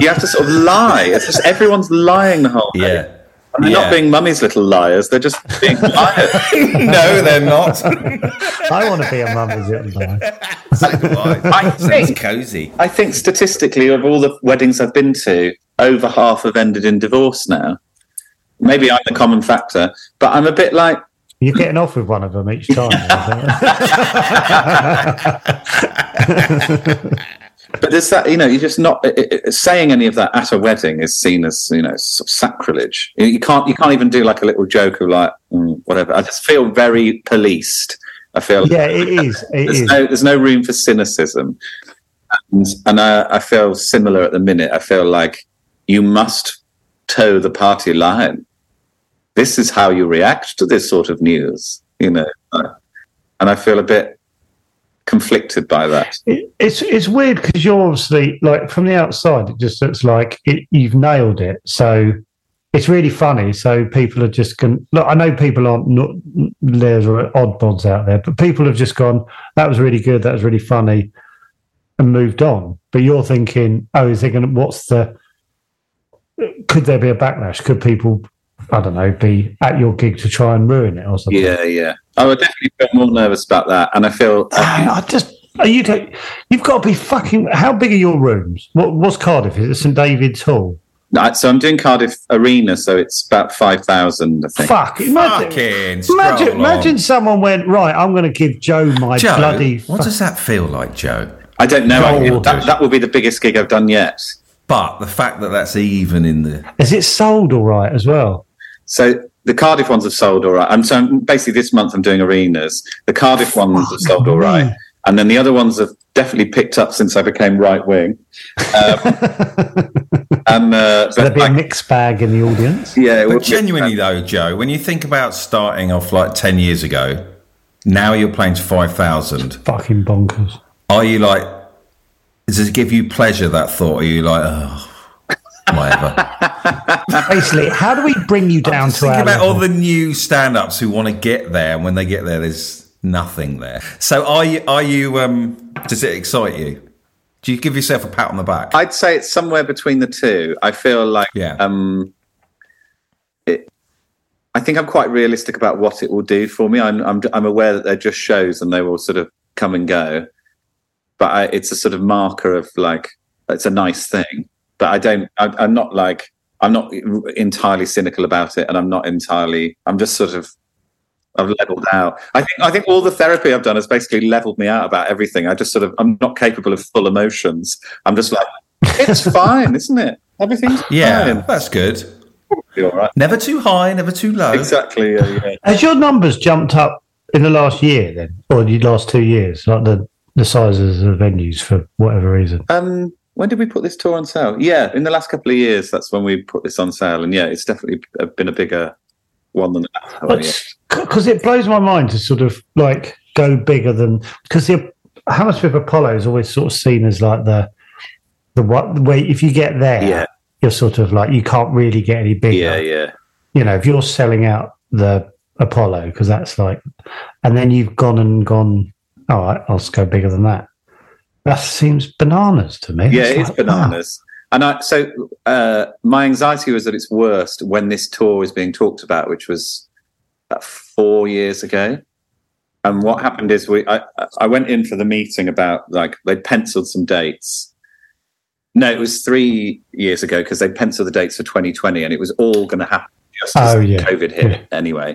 Speaker 3: you have to sort of lie. It's just everyone's lying the whole day.
Speaker 1: Yeah.
Speaker 3: They're
Speaker 1: Yeah.
Speaker 3: not being mummy's little liars. They're just being liars.
Speaker 1: no, they're not.
Speaker 2: I want to be a mum's little guy.
Speaker 1: so do I.
Speaker 3: I
Speaker 1: Sounds
Speaker 3: think-
Speaker 1: cozy.
Speaker 3: I think statistically, of all the weddings I've been to, over half have ended in divorce now. Maybe I'm the common factor, but I'm a bit like,
Speaker 2: You're getting off with one of them each time. I
Speaker 3: but there's that, you know, you're just not i i saying any of that at a wedding is seen as, you know, sort of sacrilege. You, you can't, you can't even do like a little joke of like mm, whatever. I just feel very policed. I feel
Speaker 2: think. yeah, it is. It
Speaker 3: there's
Speaker 2: is.
Speaker 3: no there's no room for cynicism and, and I, I feel similar at the minute i feel like you must toe the party line this is how you react to this sort of news you know and i feel a bit conflicted by that
Speaker 2: It, it's it's weird because you're obviously like from the outside, it just looks like it, you've nailed it. So it's really funny. So people are just going. Look, I know people aren't. Not, there are odd bods out there, but people have just gone. That was really good. That was really funny, and moved on. But you're thinking, oh, is there going? to What's the? Could there be a backlash? Could people? I don't know. Be at your gig to try and ruin it or something.
Speaker 3: yeah yeah i would definitely feel more nervous about that and i feel
Speaker 2: Man, Ah, I just are you take, you've got to be fucking how big are your rooms? What what's Cardiff? Is it St David's Hall?
Speaker 3: I- so i'm doing cardiff arena so it's about 5000 i think
Speaker 2: Fuck. Imagine
Speaker 1: Fucking
Speaker 2: imagine,
Speaker 1: stroll
Speaker 2: imagine
Speaker 1: on.
Speaker 2: someone went, right, I'm gonna give Joe my
Speaker 1: Joe,
Speaker 2: bloody
Speaker 1: what
Speaker 2: fuck-"
Speaker 1: does that feel like, Joe?
Speaker 3: i don't know I-
Speaker 2: Gold.
Speaker 3: that, that will be the biggest gig i've done yet
Speaker 1: But the fact that that's even in the
Speaker 2: is it sold all right as well?
Speaker 3: So the Cardiff ones have sold all right. I'm so I'm- basically this month I'm doing arenas. The Cardiff ones have sold all right, and then the other ones have definitely picked up since I became right wing. Um, and uh,
Speaker 2: So
Speaker 3: but
Speaker 2: there'd be a
Speaker 3: like,
Speaker 2: mixed bag in the audience.
Speaker 3: yeah, it will
Speaker 1: but
Speaker 3: be-
Speaker 1: genuinely though, Joe, when you think about starting off like ten years ago, now you're playing to five thousand.
Speaker 2: Fucking bonkers.
Speaker 1: Are you like does it give you pleasure that thought? Are you like, oh whatever?
Speaker 2: Basically, how do we bring you down
Speaker 1: Just
Speaker 2: to
Speaker 1: think
Speaker 2: our
Speaker 1: about all
Speaker 2: level?
Speaker 1: the new stand ups who want to get there and when they get there there's nothing there. So are you? Are you? Um, does it excite you? Do you give yourself a pat on the back?
Speaker 3: I'd say it's somewhere between the two. I feel like
Speaker 1: Yeah.
Speaker 3: um it, I think I'm quite realistic about what it will do for me. I'm I'm I'm aware that they're just shows and they will sort of come and go. But I, it's a sort of marker of like it's a nice thing. But I don't I, I'm not like I'm not entirely cynical about it and I'm not entirely I'm just sort of I've leveled out. I think I think all the therapy I've done has basically leveled me out about everything. I just sort of I'm not capable of full emotions. I'm just like it's fine, isn't it? Everything's
Speaker 1: yeah,
Speaker 3: fine.
Speaker 1: that's good.
Speaker 3: Be all right.
Speaker 1: Never too high, never too low.
Speaker 3: Exactly. Yeah, yeah.
Speaker 2: Has your numbers jumped up in the last year then, or the last two years, like the the sizes of venues for whatever reason?
Speaker 3: Um, when did we put this tour on sale? Yeah, in the last couple of years, that's when we put this on sale, and yeah, it's definitely uh, been a bigger one than that. Oh, yeah.
Speaker 2: Because it blows my mind to sort of like go bigger than because the Hammersmith Apollo is always sort of seen as like the the what way if you get there,
Speaker 3: Yeah.
Speaker 2: you're sort of like you can't really get any bigger.
Speaker 3: yeah, yeah,
Speaker 2: you know, if you're selling out the Apollo, because that's like, and then you've gone and gone, all right, I'll just go bigger than that. That seems bananas to me.
Speaker 3: yeah.
Speaker 2: It's
Speaker 3: It's
Speaker 2: like,
Speaker 3: bananas. And I, so uh, my anxiety was at its worst when this tour was being talked about, which was about four years ago. And what happened is we I, I went in for the meeting about like they'd penciled some dates. No, it was three years ago because they penciled the dates for 2020 and it was all going to happen just as
Speaker 2: Oh, yeah.
Speaker 3: COVID hit anyway.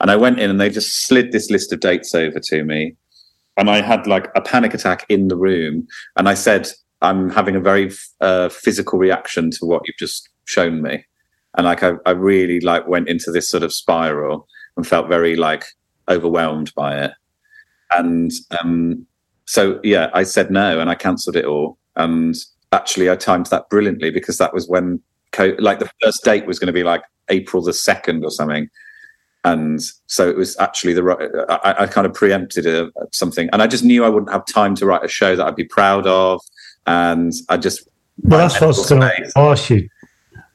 Speaker 3: And I went in and they just slid this list of dates over to me. And I had like a panic attack in the room. And I said, I'm having a very uh, physical reaction to what you've just shown me. And like I, I really like went into this sort of spiral and felt very like overwhelmed by it. And um, so, yeah, I said no and I cancelled it all. And actually, I timed that brilliantly because that was when, co- like, the first date was going to be like April the 2nd or something. And so it was actually the right, I, I kind of preempted a, something. And I just knew I wouldn't have time to write a show that I'd be proud of. And I just,
Speaker 2: Well, that's what I was going
Speaker 3: Amazing.
Speaker 2: to ask you.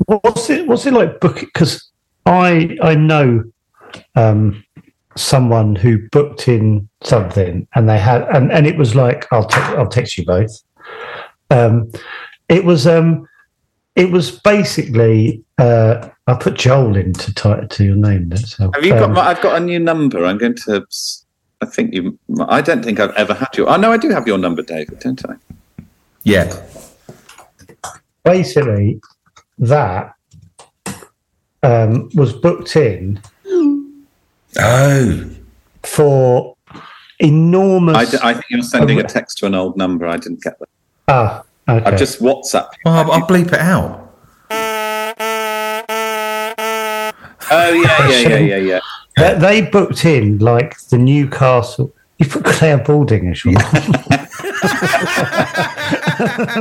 Speaker 2: What's it? What's it like booking? Because I I know um, someone who booked in something, and they had, and, and it was like I'll te- I'll text you both. Um, it was um, it was basically uh, I put Joel in to type to your name. That's how,
Speaker 3: have you got
Speaker 2: um,
Speaker 3: my, I've got a new number. I'm going to, s- I think you, I don't think I've ever had your, oh no, I do have your number, David, don't I?
Speaker 1: Yeah.
Speaker 2: basically that um, was booked in
Speaker 1: Oh,
Speaker 2: for enormous.
Speaker 3: I, d- I think you're sending a text to an old number. I didn't get that.
Speaker 2: Ah, okay.
Speaker 3: I've just WhatsApp.
Speaker 1: well, I'll, I'll bleep it out.
Speaker 3: Oh yeah, yeah, yeah, yeah, yeah.
Speaker 2: they, they booked in like the Newcastle. You put Claire Balding as your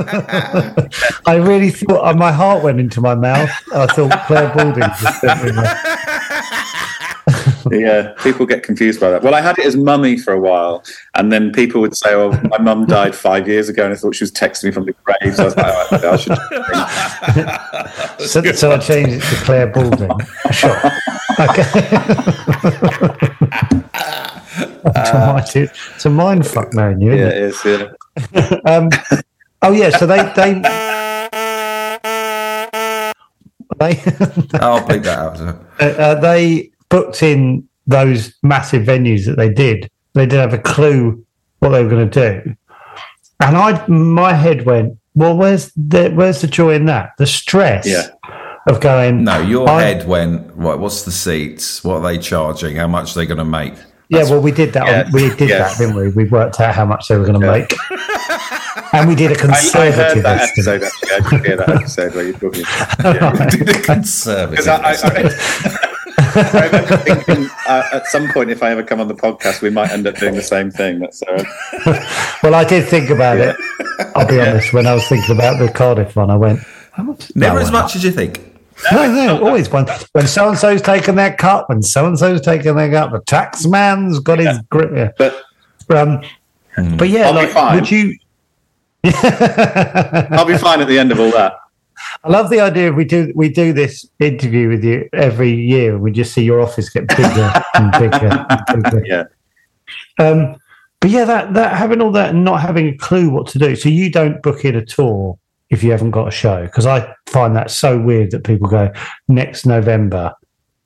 Speaker 2: I really thought uh, my heart went into my mouth. I thought Claire Balding. was sending me-
Speaker 3: yeah, people get confused by that. Well, I had it as mummy for a while, and then people would say, "Oh, my mum died five years ago," and I thought she was texting me from the grave. So I was like, oh, okay, "I should."
Speaker 2: So, so I changed it to Claire Balding. Sure. Okay. It's a mind- it's a mind fuck knowing you.
Speaker 3: Uh, Yeah,
Speaker 2: isn't
Speaker 3: it
Speaker 2: it?
Speaker 3: is. Yeah.
Speaker 2: Um, oh yeah, so they they they
Speaker 1: I'll bleep that out. so-
Speaker 2: uh, uh, they booked in those massive venues that they did. They didn't have a clue what they were going to do, and I, my head went, "Well, where's the where's the joy in that? The stress
Speaker 3: Yeah.
Speaker 2: of going,
Speaker 1: No, your
Speaker 2: I-
Speaker 1: head went. Right, what's the seats? What are they charging? How much are they going to make?
Speaker 2: yeah, well, we did that.
Speaker 3: Yeah,
Speaker 2: on, we did
Speaker 3: yeah.
Speaker 2: that, didn't we? We worked out how much they were going to make, and we did a
Speaker 3: I, I heard
Speaker 2: conservative
Speaker 3: that
Speaker 2: estimate.
Speaker 3: episode. Actually, I did hear that episode where you're talking. Yeah.
Speaker 1: Conservative.
Speaker 3: Because I, I, I, I remember thinking uh, at some point, if I ever come on the podcast, we might end up doing the same thing. That's uh,
Speaker 2: Well, I did think about it. I'll be honest. When I was thinking about the Cardiff one, I went, "How much?"
Speaker 1: Never
Speaker 2: No,
Speaker 1: as
Speaker 2: well,
Speaker 1: much as you think.
Speaker 2: No, no, always one. When so and so's taken their cut, when so and so's taken their cut, the tax man's got his grip.
Speaker 3: but
Speaker 2: Yeah. Um, But yeah,
Speaker 3: Hmm. I'll be
Speaker 2: like,
Speaker 3: fine.
Speaker 2: would you? I
Speaker 3: I'll be fine at the end of all that.
Speaker 2: love the idea. If we do we do this interview with you every year, we just see your office get bigger and bigger. And bigger.
Speaker 3: Yeah.
Speaker 2: Um, but yeah, that that having all that and not having a clue what to do. So you don't book in a tour if you haven't got a show because I find that so weird that people go next November.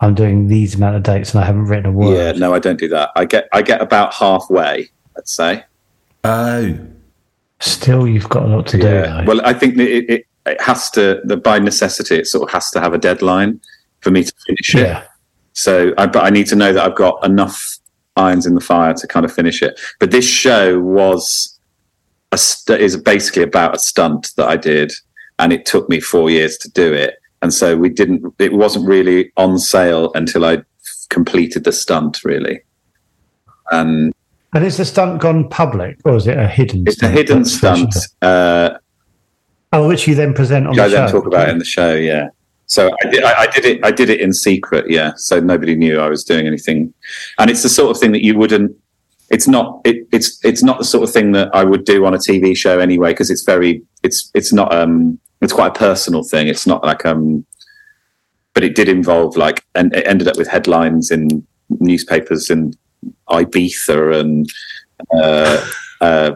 Speaker 2: I'm doing these amount of dates and I haven't written a word.
Speaker 3: Yeah, no, I don't do that. I get I get about halfway, I'd say.
Speaker 1: Oh,
Speaker 2: Still, you've got a lot to do. Though.
Speaker 3: Well, I think that it, it, it has to that by necessity it sort of has to have a deadline for me to finish it.
Speaker 2: yeah,
Speaker 3: So, I, but I need to know that I've got enough irons in the fire to kind of finish it. But this show was a st- is basically about a stunt that I did, and it took me four years to do it. And so we didn't. It wasn't really on sale until I completed the stunt, really. And
Speaker 2: and is the stunt gone public or is it a hidden?
Speaker 3: it's a
Speaker 2: stunt?
Speaker 3: hidden
Speaker 2: That's the
Speaker 3: stunt,
Speaker 2: show.
Speaker 3: uh,
Speaker 2: Oh, which you then present on
Speaker 3: which I
Speaker 2: the show.
Speaker 3: then talk about in the show. Yeah. So I did, I, I did it. I did it in secret. Yeah. So nobody knew I was doing anything, and it's the sort of thing that you wouldn't. It's not. It, it's it's not the sort of thing that I would do on a TV show anyway, because it's very. It's it's not. Um. It's quite a personal thing. It's not like um. But it did involve like, and it ended up with headlines in newspapers in Ibiza and uh, uh,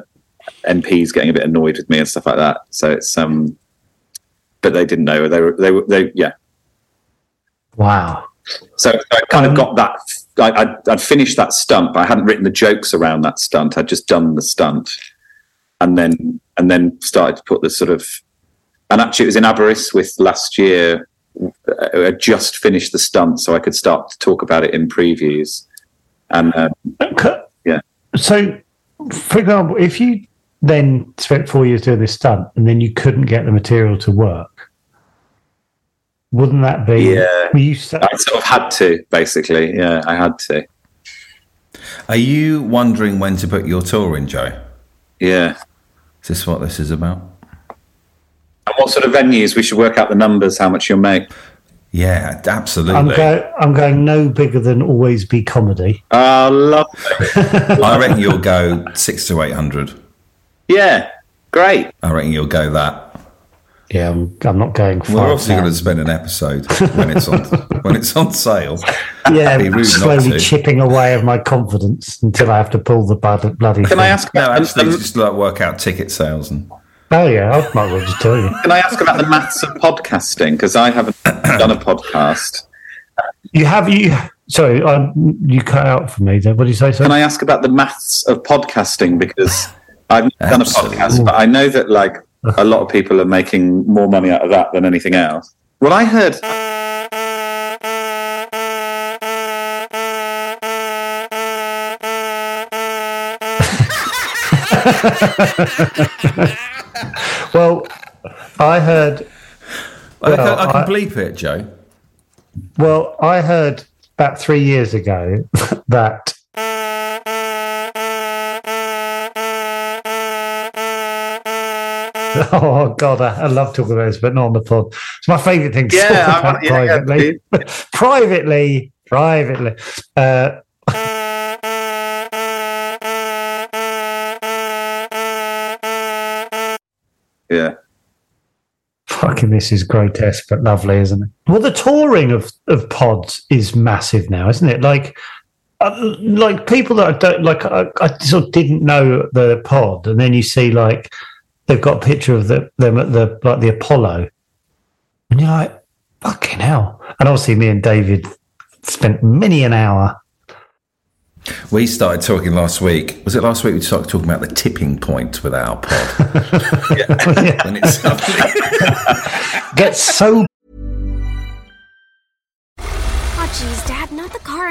Speaker 3: MPs getting a bit annoyed with me and stuff like that. So it's um but they didn't know. They were, they were, they, yeah.
Speaker 2: Wow.
Speaker 3: So I kind of got that. I, I'd, I'd finished that stunt, but I hadn't written the jokes around that stunt. I'd just done the stunt, and then and then started to put the sort of. And actually, it was in Aberystwyth last year. I I'd just finished the stunt, so I could start to talk about it in previews. And uh,
Speaker 2: Okay.
Speaker 3: Yeah.
Speaker 2: So, for example, if you then spent four years doing this stunt and then you couldn't get the material to work, wouldn't that be?
Speaker 3: Yeah.
Speaker 2: Were you sa-
Speaker 3: I sort of had to, basically. Yeah, I had to.
Speaker 1: are you wondering when to book your tour in, Joe?
Speaker 3: Yeah.
Speaker 1: Is this what this is about?
Speaker 3: And what sort of venues? We should work out the numbers, how much you'll make.
Speaker 1: Yeah, absolutely.
Speaker 2: I'm going. I'm going no bigger than always be comedy.
Speaker 3: Oh, love.
Speaker 1: I reckon you'll go six to eight hundred.
Speaker 3: Yeah, great.
Speaker 1: I reckon you'll go that.
Speaker 2: Yeah, I'm, I'm not going.
Speaker 1: We're
Speaker 2: far
Speaker 1: obviously
Speaker 2: down.
Speaker 1: going to spend an episode when it's on when it's on sale.
Speaker 2: yeah,
Speaker 1: be rude not
Speaker 2: slowly
Speaker 1: to.
Speaker 2: chipping away of my confidence until I have to pull the bud- bloody.
Speaker 3: Can I ask?
Speaker 1: No,
Speaker 3: about-
Speaker 1: actually,
Speaker 3: um,
Speaker 1: just like work out ticket sales and
Speaker 2: Oh yeah, I might as well just tell you.
Speaker 3: can I ask about the maths of podcasting? Because I haven't done a podcast.
Speaker 2: You have you. Sorry, I, you cut out for me there. What did you say? Sir?
Speaker 3: Can I ask about the maths of podcasting? Because I've not done a
Speaker 1: Absolutely.
Speaker 3: podcast, but I know that like a lot of people are making more money out of that than anything else. Well, I heard.
Speaker 2: Well, I heard.
Speaker 1: I, can,
Speaker 2: Well,
Speaker 1: I can
Speaker 2: I-
Speaker 1: bleep it, Joe.
Speaker 2: Well, I heard about three years ago that. Oh God, I, I love talking about this, but not on the pod. It's my favourite thing to
Speaker 3: Yeah,
Speaker 2: talk
Speaker 3: I
Speaker 2: about
Speaker 3: want- yeah, yeah,
Speaker 2: privately. privately, privately. Uh,
Speaker 3: Yeah,
Speaker 2: Fucking this is grotesque but lovely, isn't it? Well, the touring of, of pods is massive now, isn't it? Like, uh, like people that I don't like, I, I sort of didn't know the pod, and then you see like they've got a picture of the, them at the like the Apollo, and you're like, fucking hell! And obviously, me and David spent many an hour.
Speaker 1: We started talking last week. Was it last week we started talking about the tipping point with our pod? and it's
Speaker 2: Get so
Speaker 4: Aw, jeez, Dad, not the car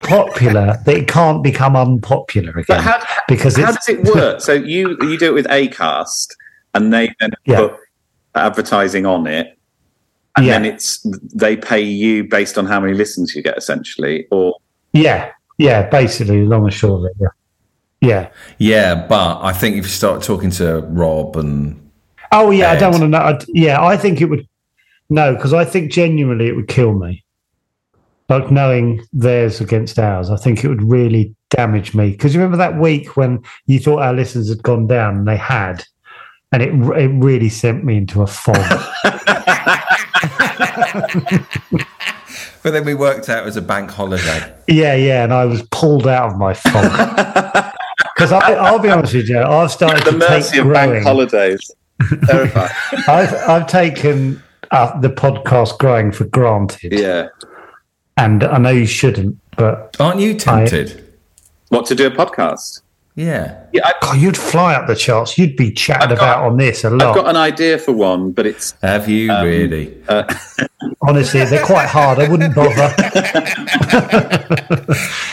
Speaker 2: popular that it can't become unpopular again
Speaker 3: but how,
Speaker 2: because
Speaker 3: how
Speaker 2: it's
Speaker 3: does it work? So you you do it with Acast, and they then
Speaker 2: Yeah.
Speaker 3: put advertising on it, and
Speaker 2: Yeah.
Speaker 3: then it's they pay you based on how many listens you get, essentially, or
Speaker 2: yeah. Yeah, basically, long and short of it. Yeah. Yeah.
Speaker 1: Yeah, but I think if you start talking to Rob and
Speaker 2: Oh, yeah. I don't
Speaker 1: Ed.
Speaker 2: want to know. I'd, yeah, I think it would. No, because I think genuinely it would kill me. Like knowing theirs against ours, I think it would really damage me. Because you remember that week when you thought our listeners had gone down, and they had, and it r- it really sent me into a fog.
Speaker 1: but then we worked out it was a bank holiday.
Speaker 2: yeah, yeah, and I was pulled out of my fog. Because I'll be honest with you, I've started
Speaker 3: The
Speaker 2: to take
Speaker 3: mercy of
Speaker 2: growing.
Speaker 3: bank holidays. Terrifying.
Speaker 2: I've I've taken uh, the podcast growing for granted,
Speaker 3: yeah.
Speaker 2: and I know you shouldn't, but
Speaker 1: Aren't you tempted?
Speaker 3: What to do a podcast?
Speaker 1: yeah.
Speaker 3: Yeah, I,
Speaker 2: God, you'd fly up the charts. You'd be chatting
Speaker 3: I've got-
Speaker 2: about on this a
Speaker 3: I've
Speaker 2: lot.
Speaker 3: got an idea for one, but it's
Speaker 1: Have you really?
Speaker 2: Honestly, they're quite hard. I wouldn't bother.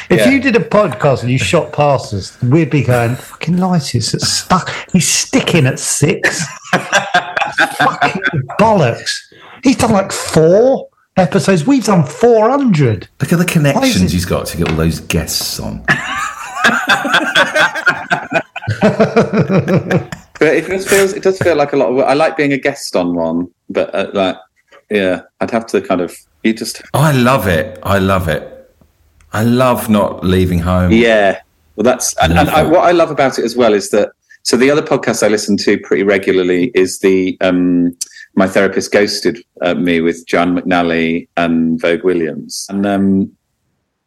Speaker 2: if you did a podcast and you shot past us, we'd be going, fucking lights, it's stuck. He's sticking at six. fucking bollocks. He's done like four episodes. We've done 400.
Speaker 1: Look at the
Speaker 2: Why is it-
Speaker 1: connections he's got to get all those guests on. Oh,
Speaker 3: But it just feels it does feel like a lot of work. I like being a guest on one, but uh, like, yeah, I'd have to kind of you just
Speaker 1: I love it. I love it. I love not leaving home.
Speaker 3: yeah. Well, that's and, and I, what I love about it as well is that so the other podcast I listen to pretty regularly is the um my therapist ghosted uh, me with John McNally and Vogue Williams, and um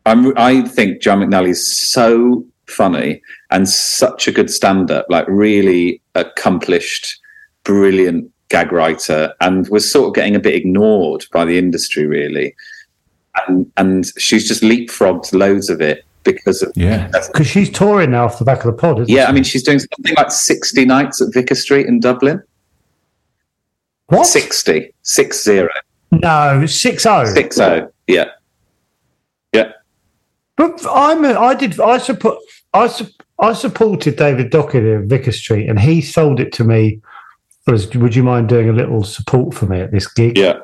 Speaker 3: I'm I think John McNally is so funny and such a good stand-up, like really accomplished, brilliant gag writer, and was sort of getting a bit ignored by the industry really. And and she's just leapfrogged loads of it because of
Speaker 1: Yeah.
Speaker 2: Because she's touring now off the back of the pod, isn't
Speaker 3: yeah,
Speaker 2: she?
Speaker 3: I mean, she's doing something like 60 nights at Vicar Street in Dublin.
Speaker 2: What?
Speaker 3: 60, 60,
Speaker 2: No, six oh.
Speaker 3: 60, yeah. Yeah.
Speaker 2: But I'm a, I did I support I su- I supported David Doherty at Vicar Street, and he sold it to me. As would you mind doing a little support for me at this gig?
Speaker 3: Yeah. Here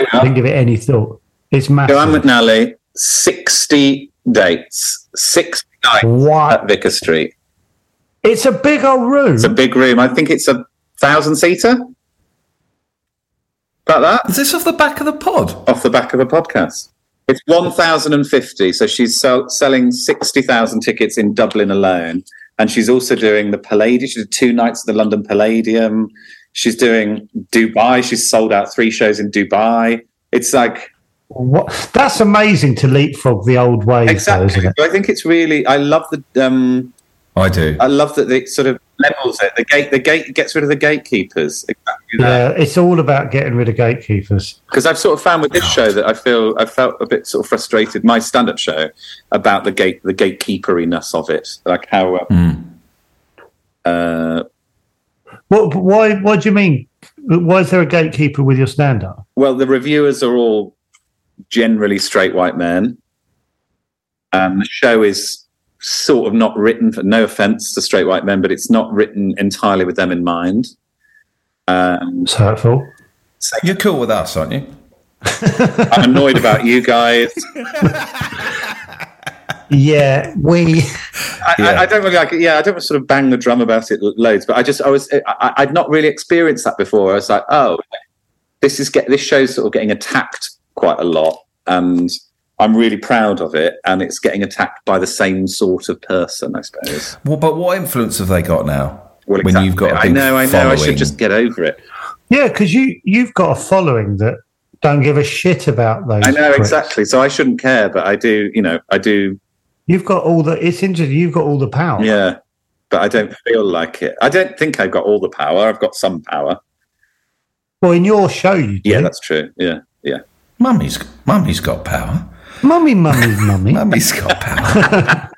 Speaker 3: we
Speaker 2: I
Speaker 3: are.
Speaker 2: didn't give it any thought. It's massive.
Speaker 3: Joanne McNally, 60 dates, 60 nights
Speaker 2: What?
Speaker 3: at Vicar Street.
Speaker 2: It's a big old room.
Speaker 3: Uh, It's a big room. I think it's a thousand seater. About that?
Speaker 1: Is this off the back of the pod?
Speaker 3: off the back of a podcast. It's 1,050. So she's sell- selling 60,000 tickets in Dublin alone. And she's also doing the Palladium. She did two nights at the London Palladium. She's doing Dubai. She's sold out three shows in Dubai. It's like,
Speaker 2: What? That's amazing to leapfrog the old ways, though,
Speaker 3: exactly.
Speaker 2: isn't it?
Speaker 3: I think it's really, I love the, um,
Speaker 1: I do.
Speaker 3: I love that it sort of levels it. The gate, the gate gets rid of the gatekeepers. Exactly that.
Speaker 2: Yeah, it's all about getting rid of gatekeepers.
Speaker 3: because I've sort of found with this show that I feel I felt a bit sort of frustrated my stand-up show about the gate the gatekeeperiness of it, like how uh, uh,
Speaker 2: What? Why? Why do you mean? Why is there a gatekeeper with your stand-up?
Speaker 3: well the reviewers are all generally straight white men, and the show is sort of not written for no offense to straight white men, but it's not written entirely with them in mind. Um,
Speaker 2: It's hurtful.
Speaker 1: You're cool with us, aren't you?
Speaker 3: I'm annoyed about you guys.
Speaker 2: Yeah, we.
Speaker 3: I,
Speaker 1: Yeah.
Speaker 3: I, I don't really like it. Yeah, I don't sort of bang the drum about it loads, but I just I was I- I, I'd not really experienced that before. I was like, oh, this is get this show's sort of getting attacked quite a lot, and I'm really proud of it, and it's getting attacked by the same sort of person, I suppose.
Speaker 1: Well, but what influence have they got now?
Speaker 3: Well,
Speaker 1: when you've got, a
Speaker 3: exactly.
Speaker 1: big
Speaker 3: I know, I know, I should
Speaker 1: following?
Speaker 3: just get over it.
Speaker 2: Yeah, because you you've got a following that don't give a shit about those.
Speaker 3: I know
Speaker 2: pricks.
Speaker 3: exactly, so I shouldn't care, but I do. You know, I do.
Speaker 2: You've got all the. It's interesting. You've got all the power.
Speaker 3: Yeah, but I don't feel like it. I don't think I've got all the power. I've got some power.
Speaker 2: Well, in your show, you do.
Speaker 3: Yeah, that's true. Yeah, yeah.
Speaker 1: Mummy's, mummy's got power.
Speaker 2: mummy, mummy, mummy,
Speaker 1: Mummy's got power.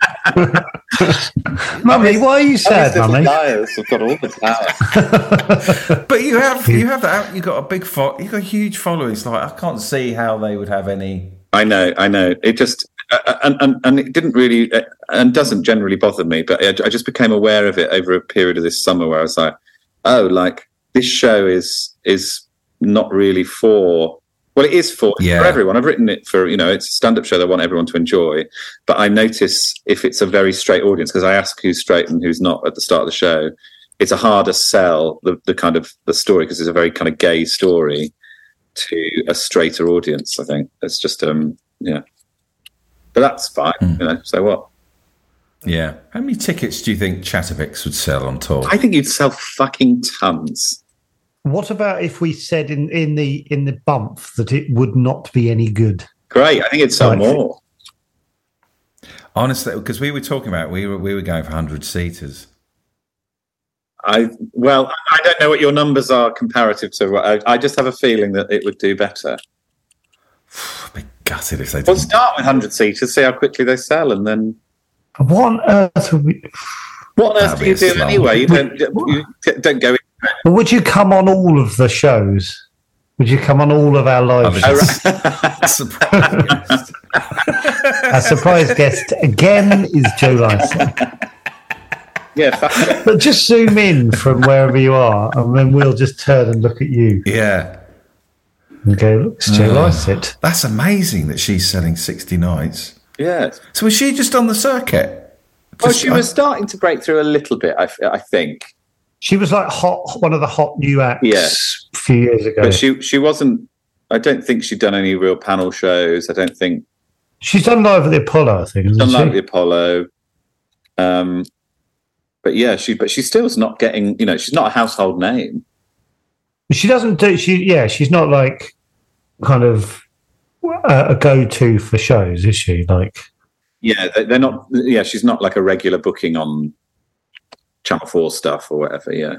Speaker 2: mummy. Why are you sad,
Speaker 3: These little
Speaker 2: mummy?
Speaker 3: guys have got all the power.
Speaker 1: but you have, you have that. You have got a big, fo- you have got a huge following. It's like I can't see how they would have any.
Speaker 3: I know, I know. It just uh, uh, and and, and it didn't really uh, and doesn't generally bother me, but I, I just became aware of it over a period of this summer where I was like, oh, like this show is is not really for Well, it is for
Speaker 1: Yeah.
Speaker 3: for everyone. I've written it for you know it's a stand-up show that I want everyone to enjoy, but I notice if it's a very straight audience because I ask who's straight and who's not at the start of the show. It's a harder sell the, the kind of the story because it's a very kind of gay story to a straighter audience. I think it's just um yeah, but that's fine.
Speaker 1: Hmm.
Speaker 3: You know, so what?
Speaker 1: Yeah. How many tickets do you think Chattervix would sell on tour?
Speaker 3: I think you'd sell fucking tons.
Speaker 2: What about if we said in, in the in the bump that it would not be any good?
Speaker 3: Great. I think it'd sell
Speaker 2: Right.
Speaker 3: more.
Speaker 1: Honestly, because we were talking about we were we were going for hundred seaters.
Speaker 3: I well, I don't know what your numbers are comparative to. what- I, I just have a feeling that it would do better.
Speaker 1: I'd be gutted if they
Speaker 3: We'll
Speaker 1: didn't.
Speaker 3: start with hundred seaters, see how quickly they sell, and then
Speaker 2: What on earth would we,
Speaker 3: what on
Speaker 1: That'd
Speaker 3: earth do
Speaker 1: be
Speaker 3: you
Speaker 1: a
Speaker 3: do
Speaker 1: slum.
Speaker 3: anyway? You don't you don't go. In.
Speaker 2: But would you come on all of the shows? Would you come on all of our live
Speaker 1: I'd
Speaker 2: shows?
Speaker 1: be surprised.
Speaker 2: Our surprise guest again is Joe Lyson.
Speaker 3: Yeah, fa-
Speaker 2: But just zoom in from wherever you are, and then we'll just turn and look at you
Speaker 1: yeah.
Speaker 2: and go, look, it's Joe
Speaker 3: Ah.
Speaker 2: Lyson.
Speaker 1: That's amazing that she's selling sixty nights.
Speaker 3: yeah.
Speaker 1: So was she just on the circuit?
Speaker 3: Well,
Speaker 1: Just-
Speaker 3: she
Speaker 1: I-
Speaker 3: was starting to break through a little bit. I, f- I think,
Speaker 2: She was like hot, one of the hot new acts
Speaker 3: Yeah.
Speaker 2: a few years ago.
Speaker 3: but she she wasn't. I don't think she'd done any real panel shows. I don't think
Speaker 2: She's done live at the Apollo, I think. Hasn't
Speaker 3: done like the
Speaker 2: she?
Speaker 3: Apollo. Um, but yeah, she but she still's not getting. You know, she's not a household name.
Speaker 2: she doesn't do. She yeah, she's not like kind of uh, a, a go-to for shows, is she? Like
Speaker 3: Yeah, they- they're not. Yeah, she's not like a regular booking on Channel Four stuff or whatever. Yeah,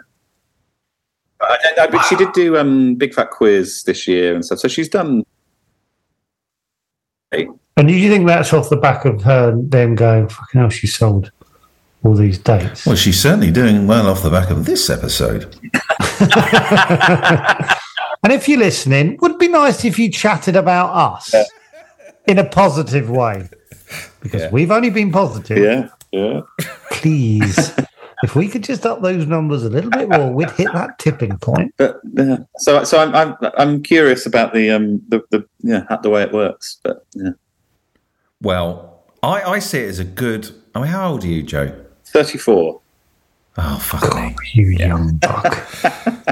Speaker 3: but, I don't know, but she did do um, Big Fat Quiz this year and stuff. So she's done.
Speaker 2: And do you think that's off the back of her them going, fucking hell, she sold all these dates?
Speaker 1: Well, she's certainly doing well off the back of this episode.
Speaker 2: And if you're listening, would be nice if you chatted about us in a positive way. Because we've only been positive.
Speaker 3: yeah.
Speaker 2: Please. if we could just up those numbers a little bit more, we'd hit that tipping point.
Speaker 3: But yeah, so so I'm I'm I'm curious about the um the the yeah how- the way it works. But yeah,
Speaker 1: Well, I, I see it as a good. I mean, how old are you, Joe?
Speaker 3: thirty four.
Speaker 1: Oh fuck me!
Speaker 2: You young buck.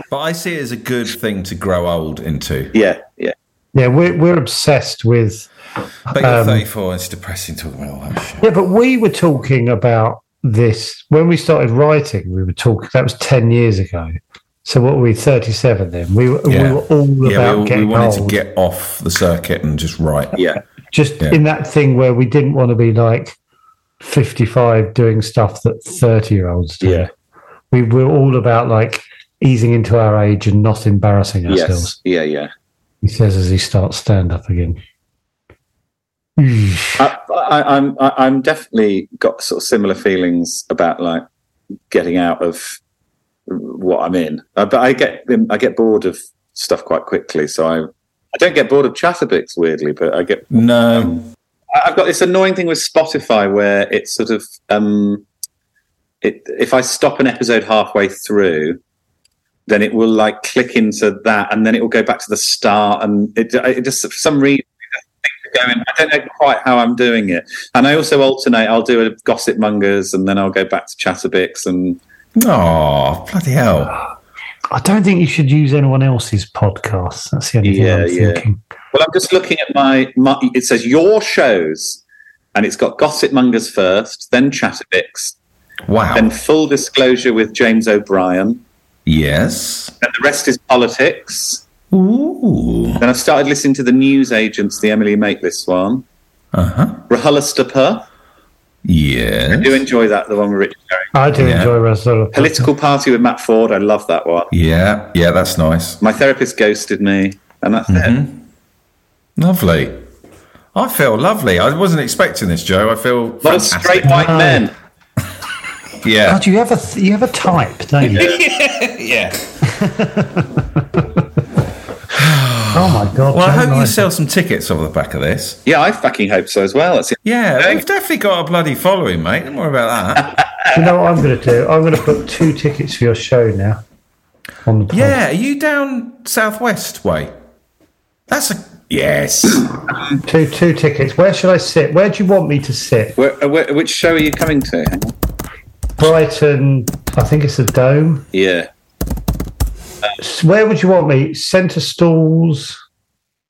Speaker 1: But I see it as a good thing to grow old into.
Speaker 3: Yeah, yeah.
Speaker 2: Yeah, we're we're obsessed with
Speaker 1: But
Speaker 2: Um,
Speaker 1: you're 34. It's depressing talking about all that shit.
Speaker 2: Yeah, but we were talking about this when we started writing. We were talking that was ten years ago. So what were we thirty seven then? We were,
Speaker 1: Yeah.
Speaker 2: we were all
Speaker 1: Yeah,
Speaker 2: about
Speaker 1: we, we
Speaker 2: getting
Speaker 1: wanted
Speaker 2: old.
Speaker 1: to get off the circuit and just write.
Speaker 3: Yeah,
Speaker 2: Just
Speaker 1: yeah.
Speaker 2: in that thing where we didn't want to be like fifty five doing stuff that thirty year olds do.
Speaker 3: Yeah.
Speaker 2: We were all about like easing into our age and not embarrassing
Speaker 3: yes,
Speaker 2: ourselves.
Speaker 3: yeah, yeah.
Speaker 2: He says as he starts stand up again.
Speaker 3: I, I, I'm I, I'm definitely got sort of similar feelings about like getting out of what I'm in, uh, but I get I get bored of stuff quite quickly. So I I don't get bored of Chatterbix weirdly, but I get Um,
Speaker 1: No,
Speaker 3: I- I've got this annoying thing with Spotify where it's sort of um, it, if I stop an episode halfway through. Then it will like click into that, and then it will go back to the start, and it, it just for some reason going. I don't know quite how I'm doing it, and I also alternate. I'll do a Gossip Mongers, and then I'll go back to Chatterbix, and
Speaker 1: oh bloody hell!
Speaker 2: I don't think you should use anyone else's podcast. That's the only thing
Speaker 3: Yeah,
Speaker 2: I'm
Speaker 3: yeah.
Speaker 2: thinking.
Speaker 3: Well, I'm just looking at my, my. It says your shows, and it's got Gossip Mongers first, then Chatterbix, then
Speaker 1: Wow.
Speaker 3: Full Disclosure with James O'Brien,
Speaker 1: Yes.
Speaker 3: then the rest is politics.
Speaker 1: Ooh.
Speaker 3: Then I started listening to the News Agents, the Emily Maitlis one,
Speaker 1: Uh huh.
Speaker 3: Rahalastapa. I do
Speaker 1: Yes.
Speaker 3: enjoy that, the one with Richard Herring.
Speaker 2: I do
Speaker 1: Yeah.
Speaker 2: enjoy Razzle.
Speaker 3: Political Party with Matt Ford. I love that one.
Speaker 1: Yeah. Yeah. That's nice.
Speaker 3: My therapist ghosted me, and that's
Speaker 1: Mm-hmm.
Speaker 3: it.
Speaker 1: Lovely. I feel lovely. I wasn't expecting this, Joe. I feel
Speaker 3: A lot of
Speaker 1: fantastic.
Speaker 3: straight
Speaker 2: Oh.
Speaker 3: white men.
Speaker 1: Yeah.
Speaker 2: God, you have a th- you have a type, don't you?
Speaker 1: Yeah.
Speaker 2: Oh my god!
Speaker 1: Well,
Speaker 2: Joe
Speaker 1: I hope you
Speaker 2: Lyson.
Speaker 1: sell some tickets off the back of this.
Speaker 3: Yeah, I fucking hope so as well. That's it.
Speaker 1: Yeah, we've definitely got a bloody following, mate. Don't worry about that.
Speaker 2: You know what I'm going to do? I'm going to book two tickets for your show now. On the pod.
Speaker 1: Yeah, are you down southwest way? That's a Yes.
Speaker 2: Two two tickets. Where should I sit? Where do you want me to sit?
Speaker 3: Where, uh, where, which show are you coming to? Hang on.
Speaker 2: Brighton. I think it's the dome.
Speaker 3: Yeah.
Speaker 2: S- Where would you want me? Centre stalls.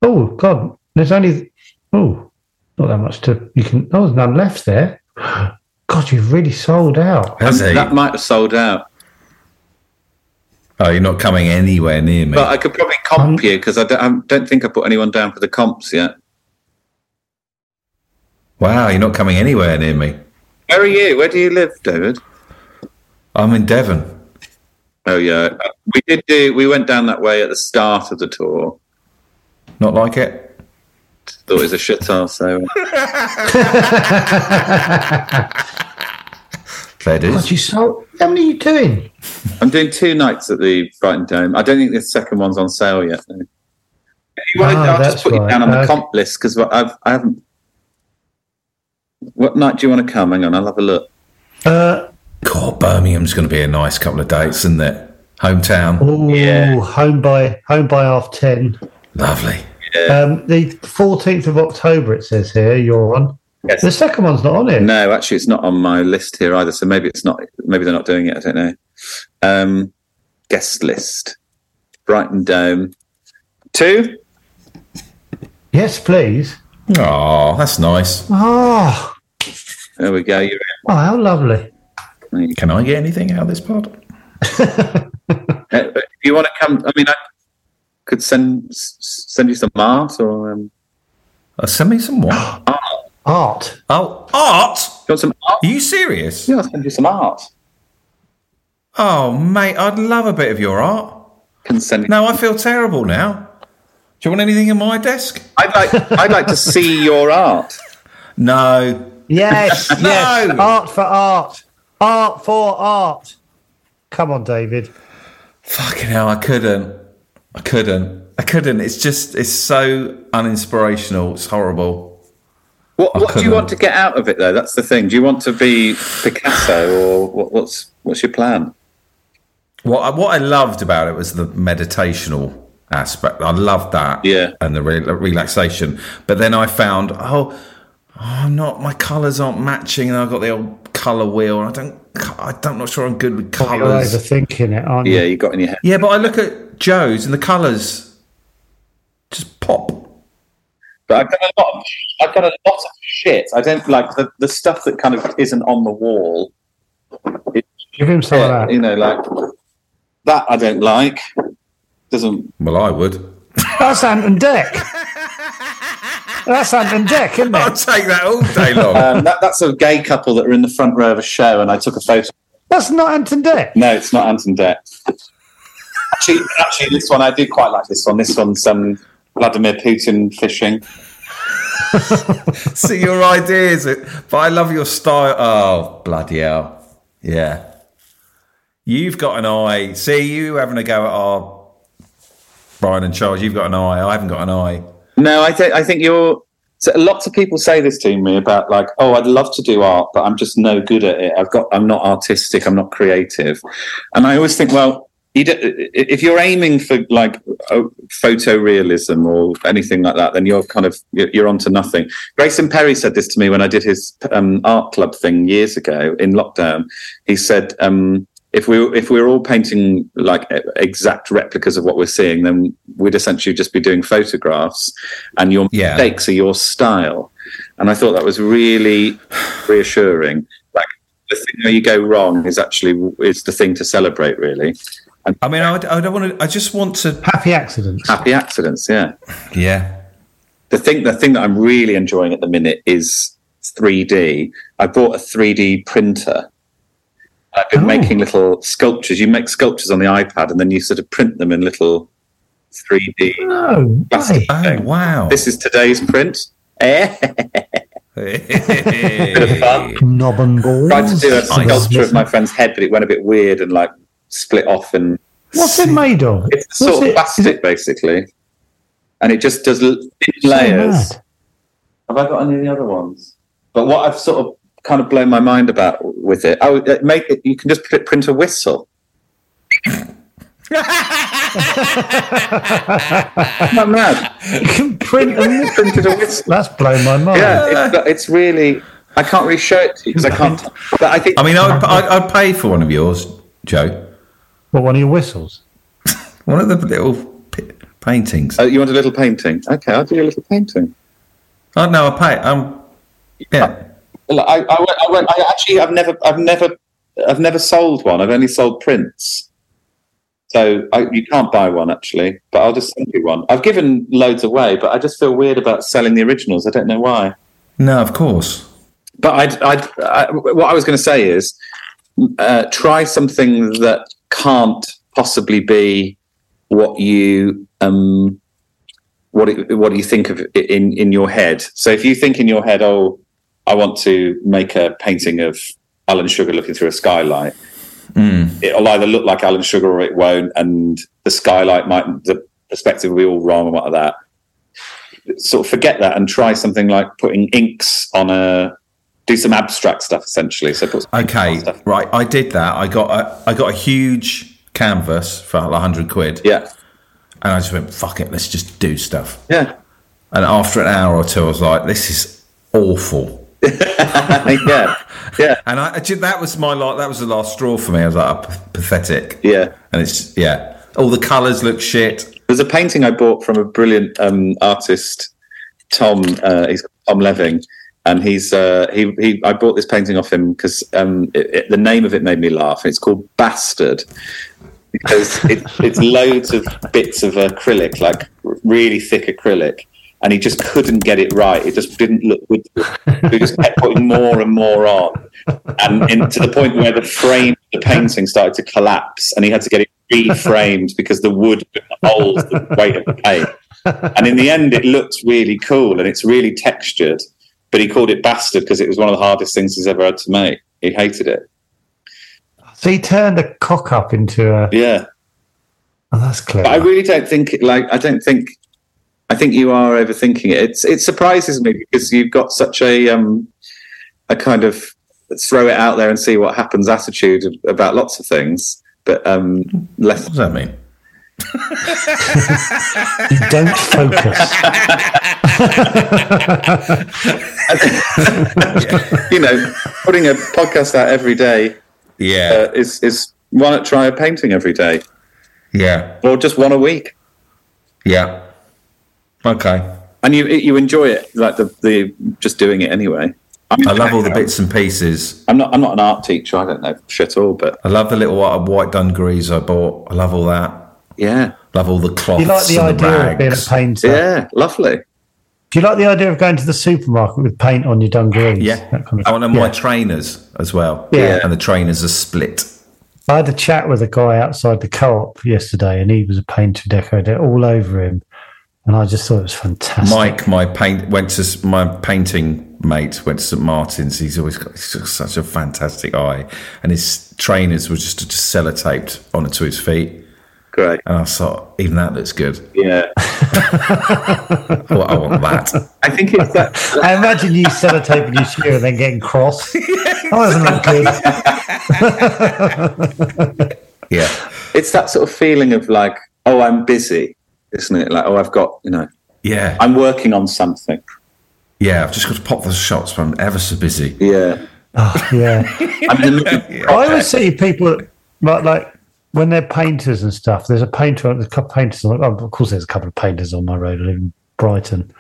Speaker 2: Oh God, there's only oh not that much to you can. Oh, there's none left there. God, you've really sold out.
Speaker 1: Has he?
Speaker 3: Um, That might have sold out.
Speaker 1: Oh, you're not coming anywhere near me.
Speaker 3: But I could probably comp you because I don't, I don't think I put anyone down for the comps yet.
Speaker 1: wow, you're not coming anywhere near me.
Speaker 3: Where are you? Where do you live, David?
Speaker 1: I'm in Devon.
Speaker 3: Oh yeah, Uh, we did do. We went down that way at the start of the tour.
Speaker 1: Not like it?
Speaker 3: Thought it was a shit hole, so uh,
Speaker 1: There it
Speaker 2: God,
Speaker 1: is.
Speaker 2: you sold. How many are you doing?
Speaker 3: I'm doing two nights at the Brighton Dome. I don't think the second one's on sale yet. Though. If you want,
Speaker 2: Ah,
Speaker 3: I'll
Speaker 2: that's
Speaker 3: just put
Speaker 2: right.
Speaker 3: you down on the
Speaker 2: Okay.
Speaker 3: comp list because I've I haven't. What night do you want to come? Hang on, I'll have a look.
Speaker 2: Uh,
Speaker 1: God, Birmingham's going to be a nice couple of dates, isn't it? Hometown.
Speaker 2: oh, home by home by half ten.
Speaker 1: Lovely.
Speaker 2: Um, the fourteenth of October. It says here you're on.
Speaker 3: Yes.
Speaker 2: The second one's not on it.
Speaker 3: No, actually, it's not on my list here either. So maybe it's not. Maybe they're not doing it. I don't know. Um, guest list, Brighton Dome, two.
Speaker 2: Yes, please.
Speaker 1: Oh, that's nice.
Speaker 2: Oh,
Speaker 3: There we go. You're
Speaker 2: oh, how lovely.
Speaker 1: Can I get anything out of this pod?
Speaker 3: Uh, if you want to come, I mean, I could send s- s- send you some art or um,
Speaker 1: Uh, send me some what? oh,
Speaker 2: Art.
Speaker 1: art?
Speaker 3: you want some art?
Speaker 1: Are you serious?
Speaker 3: Yeah, I'll send you some art.
Speaker 1: Oh, mate, I'd love a bit of your art.
Speaker 3: Can send.
Speaker 1: No, I feel terrible now. Do you want anything in my desk?
Speaker 3: I'd like I'd like to see your art.
Speaker 1: No.
Speaker 2: Yes, yes.
Speaker 1: No.
Speaker 2: Art for art. Art for art. Come on, David.
Speaker 1: Fucking hell, I couldn't. I couldn't. I couldn't. It's just, it's so uninspirational. It's horrible.
Speaker 3: What
Speaker 1: I
Speaker 3: What do you
Speaker 1: couldn't.
Speaker 3: want to get out of it though? That's the thing. Do you want to be Picasso or what, what's what's your plan?
Speaker 1: What I, what I loved about it was the meditational aspect. I loved that.
Speaker 3: Yeah.
Speaker 1: And the re- relaxation. But then I found, oh, I'm not, my colours aren't matching. And I've got the old colour wheel. And I don't, I don't, not sure I'm good with
Speaker 2: You're
Speaker 1: colours.
Speaker 2: overthinking it, aren't
Speaker 3: Yeah,
Speaker 2: you?
Speaker 3: you got in your head.
Speaker 1: Yeah, but I look at Joe's and the colours just pop.
Speaker 3: But I've done a lot. Of, I've done a lot of shit. I don't like the, the stuff that kind of isn't on the wall.
Speaker 2: Give him some of that.
Speaker 3: You know, like that. I don't like. Doesn't
Speaker 1: Well, I would.
Speaker 2: That's Ant and Deck. That's Ant and Deck, isn't
Speaker 1: I'll
Speaker 2: it?
Speaker 1: take that all day long.
Speaker 3: um, that, that's a gay couple that are in the front row of a show, and I took a photo.
Speaker 2: That's not Ant and Deck.
Speaker 3: No, it's not Anton Deck. Actually, actually, this one I do quite like. This one, this one's um, Vladimir Putin fishing.
Speaker 1: See your ideas, but I love your style. Oh, bloody hell. Yeah. You've got an eye. See, you having a go at our Brian and Charles, you've got an eye. I haven't got an eye.
Speaker 3: No, I think I think you're. So lots of people say this to me about like, oh, I'd love to do art, but I'm just no good at it. I've got, I'm not artistic. I'm not creative, and I always think, well, you do, if you're aiming for like uh, photorealism or anything like that, then you're kind of you're you're onto nothing. Grayson Perry said this to me when I did his um, art club thing years ago in lockdown. He said, um, if we if we were all painting like e- exact replicas of what we're seeing, then we'd essentially just be doing photographs, and your
Speaker 1: Yeah.
Speaker 3: mistakes are your style. And I thought that was really reassuring. Like the thing where you go wrong is actually is the thing to celebrate, really.
Speaker 1: I mean, I, I don't want to, I just want to.
Speaker 2: Happy accidents.
Speaker 3: Happy accidents, yeah.
Speaker 1: Yeah.
Speaker 3: The thing the thing that I'm really enjoying at the minute is 3D. I bought a 3D printer. I've been
Speaker 2: Oh.
Speaker 3: making little sculptures. You make sculptures on the iPad and then you sort of print them in little 3D.
Speaker 2: No way.
Speaker 3: Plastic.
Speaker 1: Oh, wow.
Speaker 3: This is today's print. Eh? Bit of fun.
Speaker 2: Knob and balls.
Speaker 3: Tried to do a
Speaker 1: Nice.
Speaker 3: sculpture of my friend's head, but it went a bit weird and like split off and
Speaker 2: What's it made of?
Speaker 3: It's
Speaker 2: What's
Speaker 3: sort of
Speaker 2: it- is
Speaker 3: plastic,
Speaker 2: it
Speaker 3: basically, and it just does l- thin
Speaker 2: so
Speaker 3: layers.
Speaker 2: bad?
Speaker 3: Have I got any of the other ones? But what I've sort of kind of blown my mind about with it, oh, it make it, you can just pr- print a whistle. not mad.
Speaker 2: You can print them.
Speaker 3: Printed a whistle.
Speaker 2: That's blown my mind.
Speaker 3: Yeah, it's, it's really. I can't really show it to you because I can't. But I think
Speaker 1: I mean, I'd, I'd, I'd pay for one of yours, Joe.
Speaker 2: What, one of your whistles?
Speaker 1: One of the little p- paintings.
Speaker 3: Oh, you want a little painting? Okay, I'll do you a little painting.
Speaker 1: Oh no, I pay. Um,
Speaker 3: Uh,
Speaker 1: yeah.
Speaker 3: Well, I, I, went, I, went, I actually, I've never, I've never, I've never sold one. I've only sold prints. So I, you can't buy one actually, but I'll just send you one. I've given loads away, but I just feel weird about selling the originals. I don't know why.
Speaker 1: No, of course.
Speaker 3: But I'd, I'd, I, what I was going to say is uh, try something that can't possibly be what you um, what it, what do you think of it in in your head? So if you think in your head, oh, I want to make a painting of Alan Sugar looking through a skylight, it'll either look like Alan Sugar or it won't, and the skylight might the perspective will be all wrong and what like that. Sort of forget that and try something like putting inks on a do some abstract stuff essentially. So put some inks on
Speaker 1: Okay,
Speaker 3: stuff.
Speaker 1: right. I did that. I got a, I got a huge canvas for like hundred quid,
Speaker 3: yeah,
Speaker 1: and I just went fuck it. Let's just do stuff.
Speaker 3: yeah,
Speaker 1: And after an hour or two, I was like, this is awful.
Speaker 3: yeah, yeah,
Speaker 1: And I, I did- that was my lot. That was the last straw for me. I was like, "Oh, p- pathetic.
Speaker 3: yeah.
Speaker 1: And it's yeah. All the colours look shit.
Speaker 3: There's a painting I bought from a brilliant um, artist, Tom. Uh, he's called Tom Leving, and he's uh, he, he. I bought this painting off him because um, it, it, the name of it made me laugh. It's called Bastard because it, it's loads of bits of acrylic, like really thick acrylic. And he just couldn't get it right. It just didn't look good. to him. He just kept putting more and more on, and, in to the point where the frame, of the painting started to collapse, and he had to get it reframed because the wood holds the weight of the paint. And in the end, it looked really cool and it's really textured. But he called it bastard because it was one of the hardest things he's ever had to make. He hated it.
Speaker 2: So he turned a cock up into a.
Speaker 3: Yeah.
Speaker 2: Oh, that's clever.
Speaker 3: But I really don't think like I don't think I think you are overthinking it. It's, it surprises me because you've got such a um a kind of throw it out there and see what happens attitude about lots of things, but um less
Speaker 1: What does that mean?
Speaker 2: You don't focus.
Speaker 3: you know putting a podcast out every day
Speaker 1: Yeah.
Speaker 3: uh, is is one at try a painting every day
Speaker 1: yeah.
Speaker 3: or just one a week,
Speaker 1: Yeah. Okay.
Speaker 3: and you you enjoy it like the the just doing it anyway. I, mean,
Speaker 1: I love all the bits and pieces.
Speaker 3: I'm not I'm not an art teacher. I don't know shit all, but
Speaker 1: I love the little white, white dungarees I bought. I love all that.
Speaker 3: yeah,
Speaker 1: Love all the cloths.
Speaker 2: You like the
Speaker 1: and
Speaker 2: idea of being a
Speaker 1: rags.
Speaker 2: painter?
Speaker 3: yeah, lovely.
Speaker 2: Do you like the idea of going to the supermarket with paint on your dungarees?
Speaker 1: Yeah.
Speaker 2: That kind of-
Speaker 1: I want my
Speaker 2: Yeah.
Speaker 1: trainers as well.
Speaker 2: Yeah.
Speaker 1: And the trainers are split.
Speaker 2: I had a chat with a guy outside the co-op yesterday, and he was a painter decorator all over him, and I just thought it was fantastic.
Speaker 1: Mike, my paint went to s- my painting mate went to St Martin's. He's always got he's got such a fantastic eye, and his trainers were just, just sellotaped onto his feet.
Speaker 3: Great.
Speaker 1: And I thought, even that looks good.
Speaker 3: Yeah.
Speaker 1: I want, I want that.
Speaker 3: I think it's that.
Speaker 2: I imagine you sellotaping your shoe and then getting cross. That doesn't look good.
Speaker 1: Yeah,
Speaker 3: It's that sort of feeling of like, oh, I'm busy, isn't it? Like, oh, I've got, you know,
Speaker 1: yeah,
Speaker 3: I'm working on something.
Speaker 1: yeah. I've just got to pop the shots, but I'm ever so busy.
Speaker 3: Yeah.
Speaker 2: Oh, yeah.
Speaker 3: I'm in the mood.
Speaker 2: I always see people like like when they're painters and stuff. There's a painter, there's a couple of painters. On, oh, of course, there's a couple of painters on my road. I live in Brighton,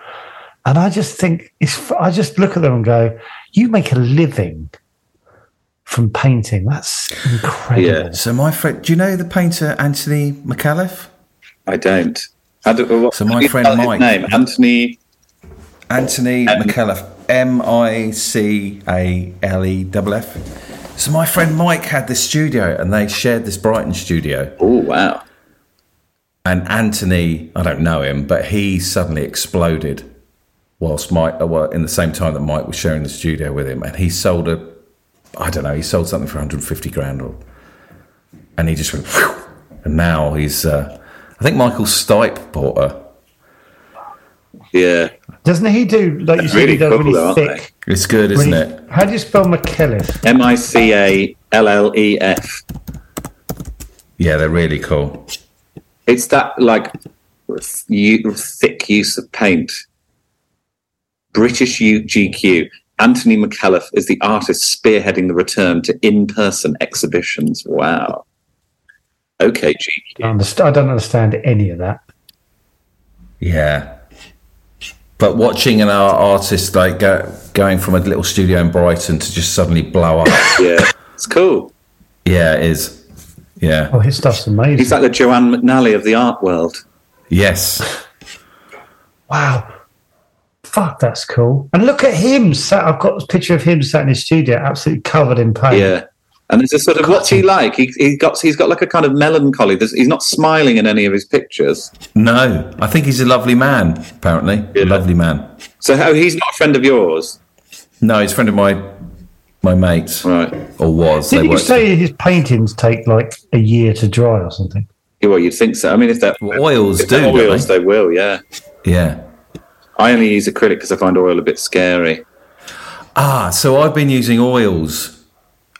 Speaker 2: and I just think it's. I just look at them and go, "You make a living from painting. That's incredible."
Speaker 3: Yeah.
Speaker 1: So my friend, do you know the painter Anthony McAuliffe?
Speaker 3: I don't. I don't what,
Speaker 1: So my
Speaker 3: how do you
Speaker 1: friend
Speaker 3: spell his
Speaker 1: Mike-
Speaker 3: name Anthony.
Speaker 1: Anthony McAuliffe, M I C A L E F F. So my friend Mike had this studio, and they shared this Brighton studio.
Speaker 3: Oh wow.
Speaker 1: And Anthony, I don't know him, but he suddenly exploded whilst Mike, uh, well, in the same time that Mike was sharing the studio with him. And he sold a, I don't know, he sold something for 150 grand or, and he just went, whew, and now he's, uh, I think Michael Stipe bought her.
Speaker 3: Yeah.
Speaker 2: Doesn't he do like you said?
Speaker 3: really
Speaker 2: he does
Speaker 3: cool,
Speaker 2: really
Speaker 3: though, aren't
Speaker 2: thick.
Speaker 1: It's good, isn't
Speaker 2: Really,
Speaker 1: it?
Speaker 2: How do you spell McKillif?
Speaker 3: M I C A L L E F.
Speaker 1: Yeah, they're really cool.
Speaker 3: It's that like th- u- thick use of paint. British U- GQ. Anthony McAuliffe is the artist spearheading the return to in-person exhibitions. Wow. Okay,
Speaker 2: I,
Speaker 3: GQ.
Speaker 2: underst- I don't understand any of that.
Speaker 1: Yeah. But watching an art- artist like go, going from a little studio in Brighton to just suddenly blow up,
Speaker 3: Yeah, it's cool.
Speaker 1: yeah, it is. Yeah.
Speaker 2: Oh, his stuff's
Speaker 3: He's
Speaker 2: amazing.
Speaker 3: like the Joanne McNally of the art world.
Speaker 1: Yes.
Speaker 2: wow. Fuck, that's cool. And look at him. Sat, I've got a picture of him sat in his studio, absolutely covered in paint.
Speaker 3: Yeah. And there's a sort of what's he like? He, he got he's got like a kind of melancholy. There's, he's not smiling in any of his pictures.
Speaker 1: No. I think he's a lovely man. Apparently, lovely man.
Speaker 3: So oh, he's not a friend of yours,
Speaker 1: No, he's a friend of my my mates,
Speaker 3: right?
Speaker 1: or was.
Speaker 2: Didn't you
Speaker 1: worked-
Speaker 2: say his paintings take like a year to dry or something?
Speaker 3: Well, you'd think so. I mean, if they're
Speaker 1: Well, oils
Speaker 3: if they're
Speaker 1: do, don't
Speaker 3: oils,
Speaker 1: they?
Speaker 3: they will. Yeah.
Speaker 1: Yeah.
Speaker 3: I only use acrylic because I find oil a bit scary.
Speaker 1: Ah, so I've been using oils,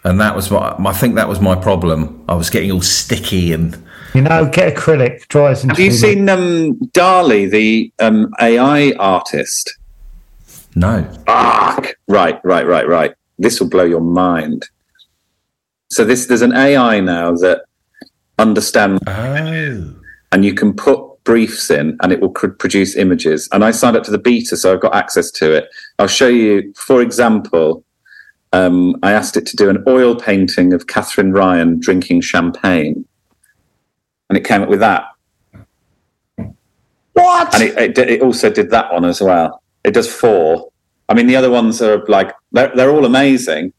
Speaker 1: and that was my. I think that was my problem. I was getting all sticky and.
Speaker 2: You know, get acrylic, dries in
Speaker 3: Have you
Speaker 2: two
Speaker 3: seen um, Dali, the um, AI artist?
Speaker 1: No.
Speaker 3: Fuck. Right, right, right, right. This will blow your mind. So this there's an AI now that understands
Speaker 1: Oh.
Speaker 3: and you can put briefs in and it will cr- produce images and i signed up to the beta so i've got access to it i'll show you for example um, i asked it to do an oil painting of catherine ryan drinking champagne and it came up with that
Speaker 2: What?
Speaker 3: and it, it, di- it also did that one as well it does four i mean the other ones are like they're, they're all amazing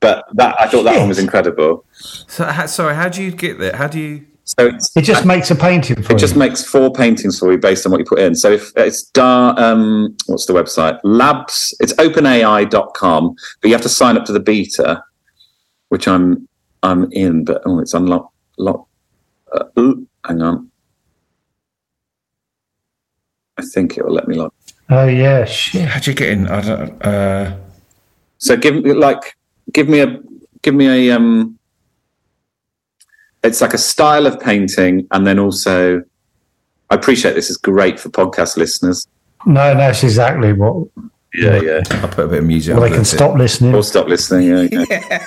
Speaker 3: but that i thought that one was
Speaker 2: Shit.
Speaker 3: incredible
Speaker 1: So, how, sorry, how do you get there? How do you?
Speaker 3: so it's
Speaker 2: It just makes a painting for
Speaker 3: It just
Speaker 2: you.
Speaker 3: makes four paintings for you based on what you put in. So if uh, it's dar, um, what's the website? Labs. It's openai.com, but you have to sign up to the beta, which I'm I'm in, but oh, it's unlocked. Lock. Uh, ooh, hang on. I think it will let me log.
Speaker 2: oh yeah, shit.
Speaker 1: How do you get in? I don't. Uh,
Speaker 3: So give me like give me a give me a um. It's like a style of painting, and then also, I appreciate this is great for podcast listeners.
Speaker 2: No, that's exactly what.
Speaker 3: Yeah, yeah.
Speaker 1: I'll put a bit of music.
Speaker 2: Well,
Speaker 1: on
Speaker 2: they can
Speaker 1: that's it.
Speaker 2: stop listening.
Speaker 3: Or stop listening. Yeah, okay.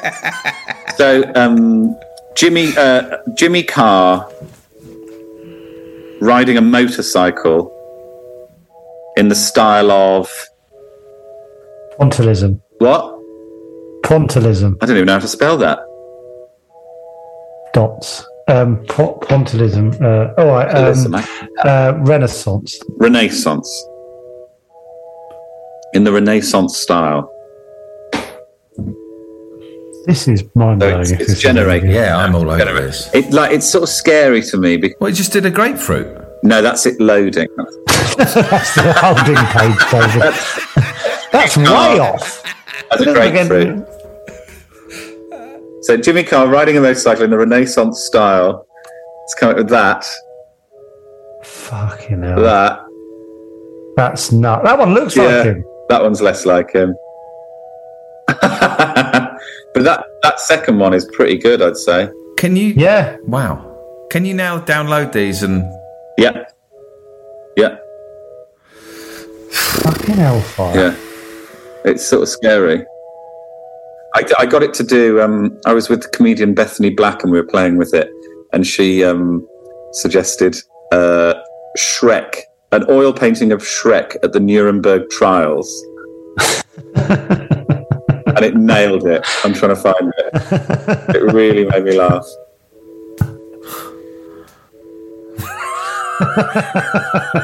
Speaker 3: so, um, Jimmy uh, Jimmy Carr riding a motorcycle in the style of
Speaker 2: Pontalism.
Speaker 3: what?
Speaker 2: Pontalism.
Speaker 3: I don't even know how to spell that.
Speaker 2: Dots. Um, po- pontalism. Uh, all right.
Speaker 3: Listen,
Speaker 2: Um,
Speaker 3: mate.
Speaker 2: uh, Renaissance.
Speaker 3: Renaissance. In the Renaissance style.
Speaker 2: This is mind blowing.
Speaker 3: it's- it's generating.
Speaker 1: Yeah, I'm all over this.
Speaker 3: It like it's sort of scary to me. Because,
Speaker 1: Well, you just did a grapefruit.
Speaker 3: no, that's it loading.
Speaker 2: That's the holding page, David. That's way off.
Speaker 3: That's a grapefruit. So Jimmy Carr riding a motorcycle in the Renaissance style. It's come up with that,
Speaker 2: Fucking hell.
Speaker 3: that,
Speaker 2: That's nut. That one looks
Speaker 3: Yeah.
Speaker 2: like him.
Speaker 3: that one's less like him. but that that second one is pretty good, I'd say.
Speaker 1: Can you?
Speaker 2: Yeah.
Speaker 1: Wow. Can you now download these and?
Speaker 3: Yeah, yeah,
Speaker 2: Fucking hellfire.
Speaker 3: yeah. It's sort of scary. I, I got it to do. Um, I was with the comedian Bethany Black, and we were playing with it, and she um, suggested uh, Shrek, an oil painting of Shrek at the Nuremberg trials. and it nailed it. I'm trying to find it. It really made me laugh.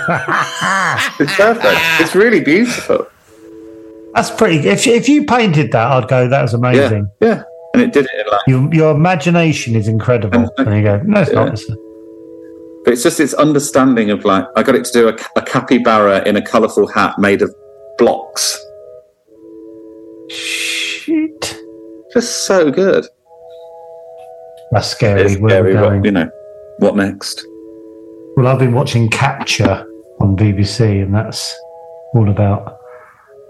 Speaker 3: it's perfect. It's really beautiful.
Speaker 2: That's pretty. If, if you painted that, I'd go, that was
Speaker 3: Yeah,
Speaker 2: amazing.
Speaker 3: yeah. And it did it in like.
Speaker 2: Your, your imagination is incredible. There you go. No, it's not. It's-
Speaker 3: But it's just its understanding of like I got it to do a, a capybara in a colourful hat made of blocks.
Speaker 2: Shit.
Speaker 3: Just so good.
Speaker 2: That's scary.
Speaker 3: It's
Speaker 2: Where
Speaker 3: scary,
Speaker 2: we're
Speaker 3: what-
Speaker 2: going.
Speaker 3: you know, what next?
Speaker 2: Well, I've been watching Capture on BBC, and that's all about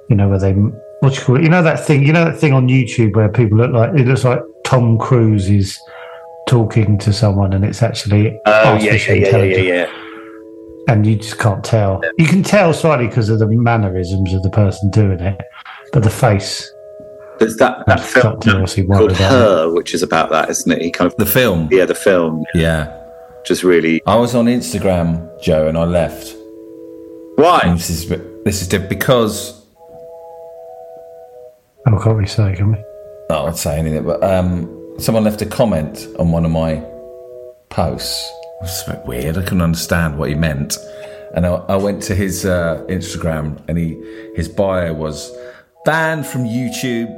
Speaker 2: you know where they what you call it. You know that thing. You know that thing on YouTube where people look like it looks like Tom Cruise is talking to someone and it's actually
Speaker 3: Oh yeah, yeah,
Speaker 2: artificial
Speaker 3: yeah, yeah,
Speaker 2: intelligence,
Speaker 3: yeah, yeah.
Speaker 2: and you just can't tell. You can tell slightly because of the mannerisms of the person doing it, but the face.
Speaker 3: There's that that
Speaker 2: That's
Speaker 3: film
Speaker 2: Dr. Rossi
Speaker 3: called
Speaker 2: Wilder, isn't it?
Speaker 3: Her, which is about that, isn't it? He kind of
Speaker 1: The film.
Speaker 3: yeah, the film
Speaker 1: Yeah.
Speaker 3: just really
Speaker 1: I was on Instagram, Joe, and I left. And
Speaker 3: why
Speaker 1: this is this is diff- because
Speaker 2: Oh, can't we say? Can we?
Speaker 1: oh, I'd say anything, but um, someone left a comment on one of my posts. It was a bit weird. I couldn't understand what he meant, and I, I went to his uh, Instagram, and he his bio was banned from YouTube,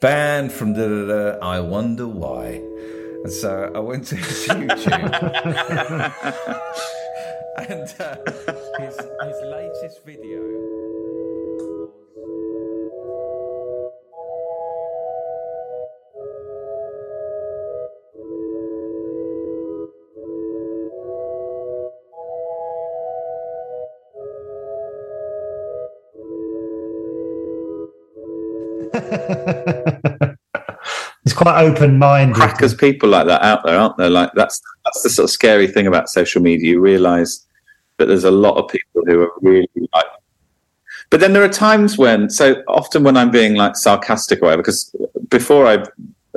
Speaker 1: banned from da da da. I wonder why. And so I went to his YouTube. And uh, his, his latest video.
Speaker 2: It's quite open-minded.
Speaker 3: crackers people like that out there, aren't there? Like that's that's the sort of scary thing about social media. You realise that there's a lot of people who are really like. But then there are times when, so often when I'm being like sarcastic or whatever, because before I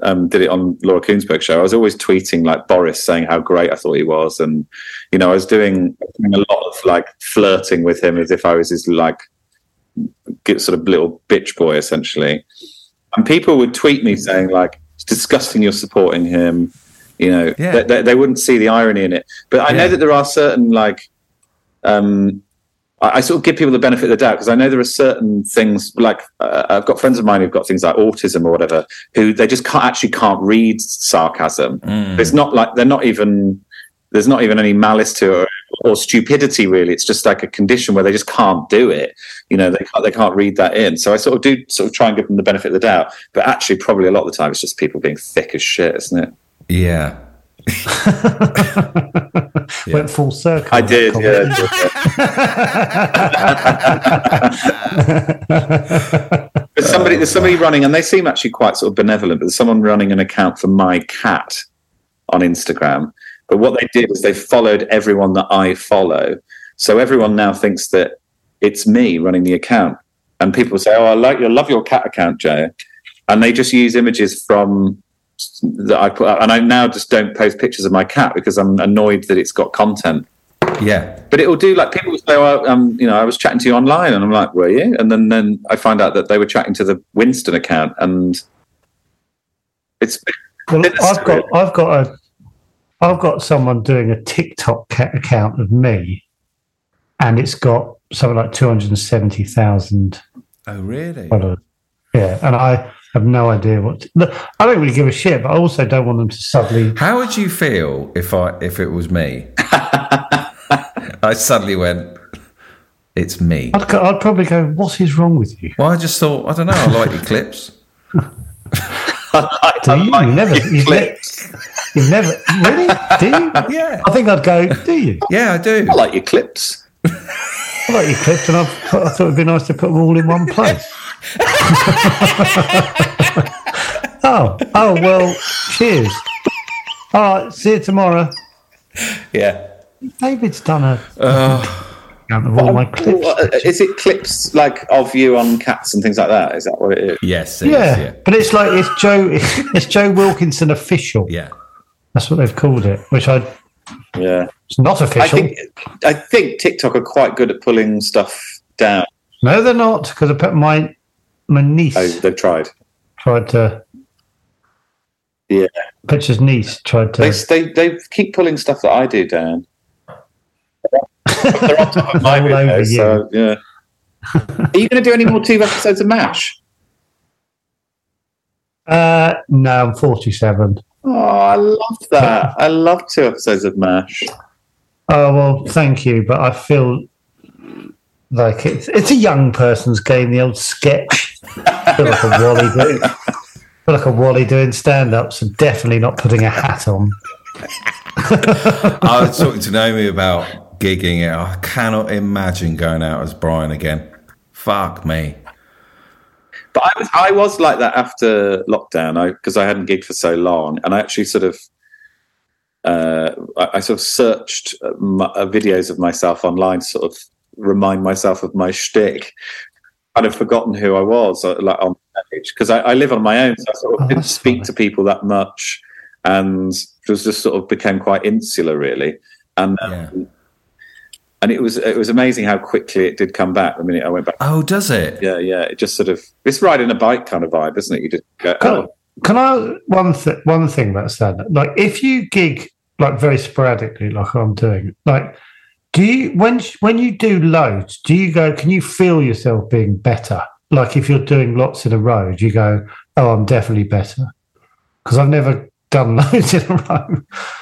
Speaker 3: um, did it on Laura Koonsberg's show, I was always tweeting like Boris saying how great I thought he was, and you know I was doing, doing a lot of like flirting with him as if I was his like get sort of little bitch boy essentially. And people would tweet me saying like, "It's disgusting you're supporting him." You know,
Speaker 1: Yeah.
Speaker 3: they, they, they wouldn't see the irony in it. But I know
Speaker 1: Yeah.
Speaker 3: that there are certain like, um, I, I sort of give people the benefit of the doubt because I know there are certain things like uh, I've got friends of mine who've got things like autism or whatever who they just can't actually can't read sarcasm.
Speaker 1: Mm.
Speaker 3: It's not like they're not even there's not even any malice to it or, or stupidity really. It's just like a condition where they just can't do it. You know, they can't they can't read that in. So I sort of do sort of try and give them the benefit of the doubt, but actually probably a lot of the time it's just people being thick as shit, isn't it?
Speaker 1: Yeah.
Speaker 2: Went full circle.
Speaker 3: I did,
Speaker 2: Cool.
Speaker 3: yeah. There's somebody, there's somebody running, and they seem actually quite sort of benevolent. But there's someone running an account for my cat on Instagram. But what they did was they followed everyone that I follow, so everyone now thinks that it's me running the account. And people say, "Oh, I like your love your cat account, Joe," and they just use images from that I put up. And I now just don't post pictures of my cat because I'm annoyed that it's got content
Speaker 1: Yeah.
Speaker 3: but it'll do like people say, well, um, you know, I was chatting to you online, and I'm like, were you? And then then I find out that they were chatting to the Winston account, and it's
Speaker 2: Well,
Speaker 3: It's
Speaker 2: I've
Speaker 3: great.
Speaker 2: got, I've got a, I've got someone doing a TikTok ca- account of me, and it's got something like two hundred and seventy thousand
Speaker 1: Oh, really?
Speaker 2: followers. Yeah, and I have no idea what. look, I don't really give a shit, but I also don't want them to suddenly.
Speaker 1: How would you feel if I if it was me? I suddenly went, "It's me."
Speaker 2: I'd, go, I'd probably go. What is wrong with you?
Speaker 1: Well, I just thought, I don't know. I like your clips.
Speaker 2: Do you? you never. You've, ne- you've never. Really? Do you?
Speaker 1: Yeah,
Speaker 2: I think I'd go. Do you?
Speaker 1: yeah, I do.
Speaker 3: I like your clips.
Speaker 2: I like your clips, and I've, I thought it'd be nice to put them all in one place. oh, oh well. Cheers. All right. See you tomorrow.
Speaker 1: Yeah,
Speaker 2: David's done a
Speaker 3: Uh,
Speaker 2: count of all Oh, my clips.
Speaker 3: Well, uh, Is it clips like of you on cats and things like that? Is that what it is?
Speaker 1: yes, it is,
Speaker 2: Yeah, but it's like it's Joe. It's Joe Wilkinson official.
Speaker 1: yeah,
Speaker 2: That's what they've called it, which I
Speaker 3: Yeah,
Speaker 2: it's not
Speaker 3: I
Speaker 2: official.
Speaker 3: think I think TikTok are quite good at pulling stuff down.
Speaker 2: No, they're not because I put my my niece
Speaker 3: Oh, they've tried.
Speaker 2: tried to.
Speaker 3: Yeah.
Speaker 2: Picture's niece tried
Speaker 3: They,
Speaker 2: to.
Speaker 3: they they keep pulling stuff that I do down. They're on top of my
Speaker 2: All over
Speaker 3: videos,
Speaker 2: you.
Speaker 3: so, yeah. Are you going to do any more two episodes of Mash?
Speaker 2: Uh, no, I'm 47.
Speaker 3: Oh, I love that. I love two episodes of Mash.
Speaker 2: Oh well, thank you, but I feel like it's it's a young person's game. The old sketch. I feel like a wally doing. I feel like a wally doing stand-ups and definitely not putting a hat on.
Speaker 1: I was talking to Naomi about gigging it. I cannot imagine going out as Brian again. Fuck me.
Speaker 3: But I was I was like that after lockdown because I, hadn't gigged for so long, and I actually sort of uh, I, I sort of searched uh, my, uh, videos of myself online, to sort of remind myself of my shtick. I'd have forgotten who I was uh, like on stage because I, I live on my own, so I sort of
Speaker 2: Oh,
Speaker 3: didn't
Speaker 2: that's
Speaker 3: speak
Speaker 2: funny.
Speaker 3: to people that much, and was just sort of became quite insular, really. And um,
Speaker 1: Yeah.
Speaker 3: and it was it was amazing how quickly it did come back the minute I went back.
Speaker 1: Oh, does it?
Speaker 3: Yeah, yeah. It just sort of it's riding a bike kind of vibe, isn't it? You just go,
Speaker 2: Can,
Speaker 3: oh,
Speaker 2: can I one th- one thing about stand up? Like, if you gig like very sporadically, like I'm doing, like, do you when sh- when you do loads, do you go? Can you feel yourself being better? Like, if you're doing lots in a row, do you go, "Oh, I'm definitely better," because I've never done loads in a row.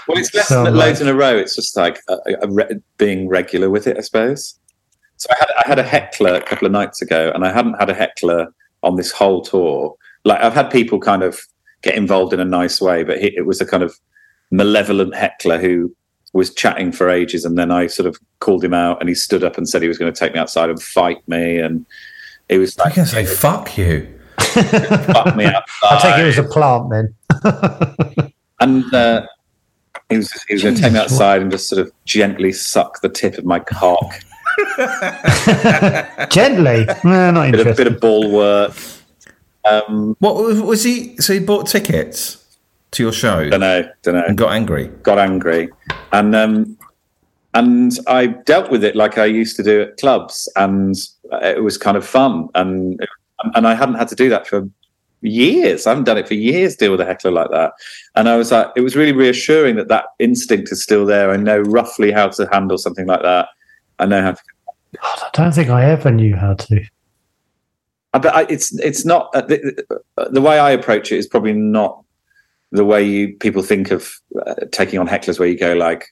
Speaker 3: well, it's less
Speaker 2: So,
Speaker 3: than
Speaker 2: like-
Speaker 3: loads in a row. It's just like uh uh re- being regular with it, I suppose. So I had I had a heckler a couple of nights ago, and I hadn't had a heckler on this whole tour. Like I've had people kind of get involved in a nice way, but he, it was a kind of malevolent heckler who was chatting for ages, and then I sort of called him out, and he stood up and said he was going to take me outside and fight me, and it was
Speaker 1: I
Speaker 3: like
Speaker 1: can say fuck you.
Speaker 3: fuck me outside.
Speaker 2: I take it as a plant then.
Speaker 3: And uh, he was he was going to take me outside and just sort of gently suck the tip of my cock.
Speaker 2: Gently, no, not
Speaker 3: Bit of,
Speaker 2: interested.
Speaker 3: bit of ball work. Um,
Speaker 1: What was was he? So he bought tickets to your show
Speaker 3: don't know, don't know.
Speaker 1: and got angry.
Speaker 3: Got angry, and um, and I dealt with it like I used to do at clubs, and it was kind of fun, and and I hadn't had to do that for years. I haven't done it for years. Deal with a heckler like that, and I was like, it was really reassuring that that instinct is still there. I know roughly how to handle something like that. I know how to
Speaker 2: God, I don't think I ever knew how to.
Speaker 3: I, but I, it's it's not uh, the, the way I approach it is probably not the way you people think of uh, taking on hecklers, where you go like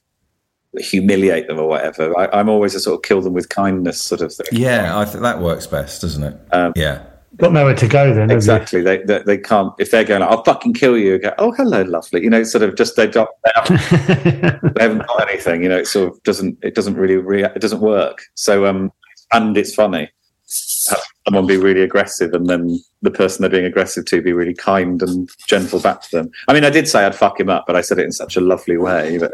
Speaker 3: humiliate them or whatever. I, I'm always a sort of kill them with kindness sort of thing.
Speaker 1: Yeah, I think that works best, doesn't it? yeah.
Speaker 2: Got nowhere to go then. have you?
Speaker 3: Exactly. They, they they can't if they're going. Like, I'll fucking kill you. you Go. Oh, hello, lovely. You know, it's sort of just they don't. They haven't, they haven't got anything. You know, it sort of doesn't. It doesn't really. Rea- it doesn't work. So um, and it's funny. Have someone be really aggressive, and then the person they're being aggressive to be really kind and gentle back to them. I mean, I did say I'd fuck him up, but I said it in such a lovely way. But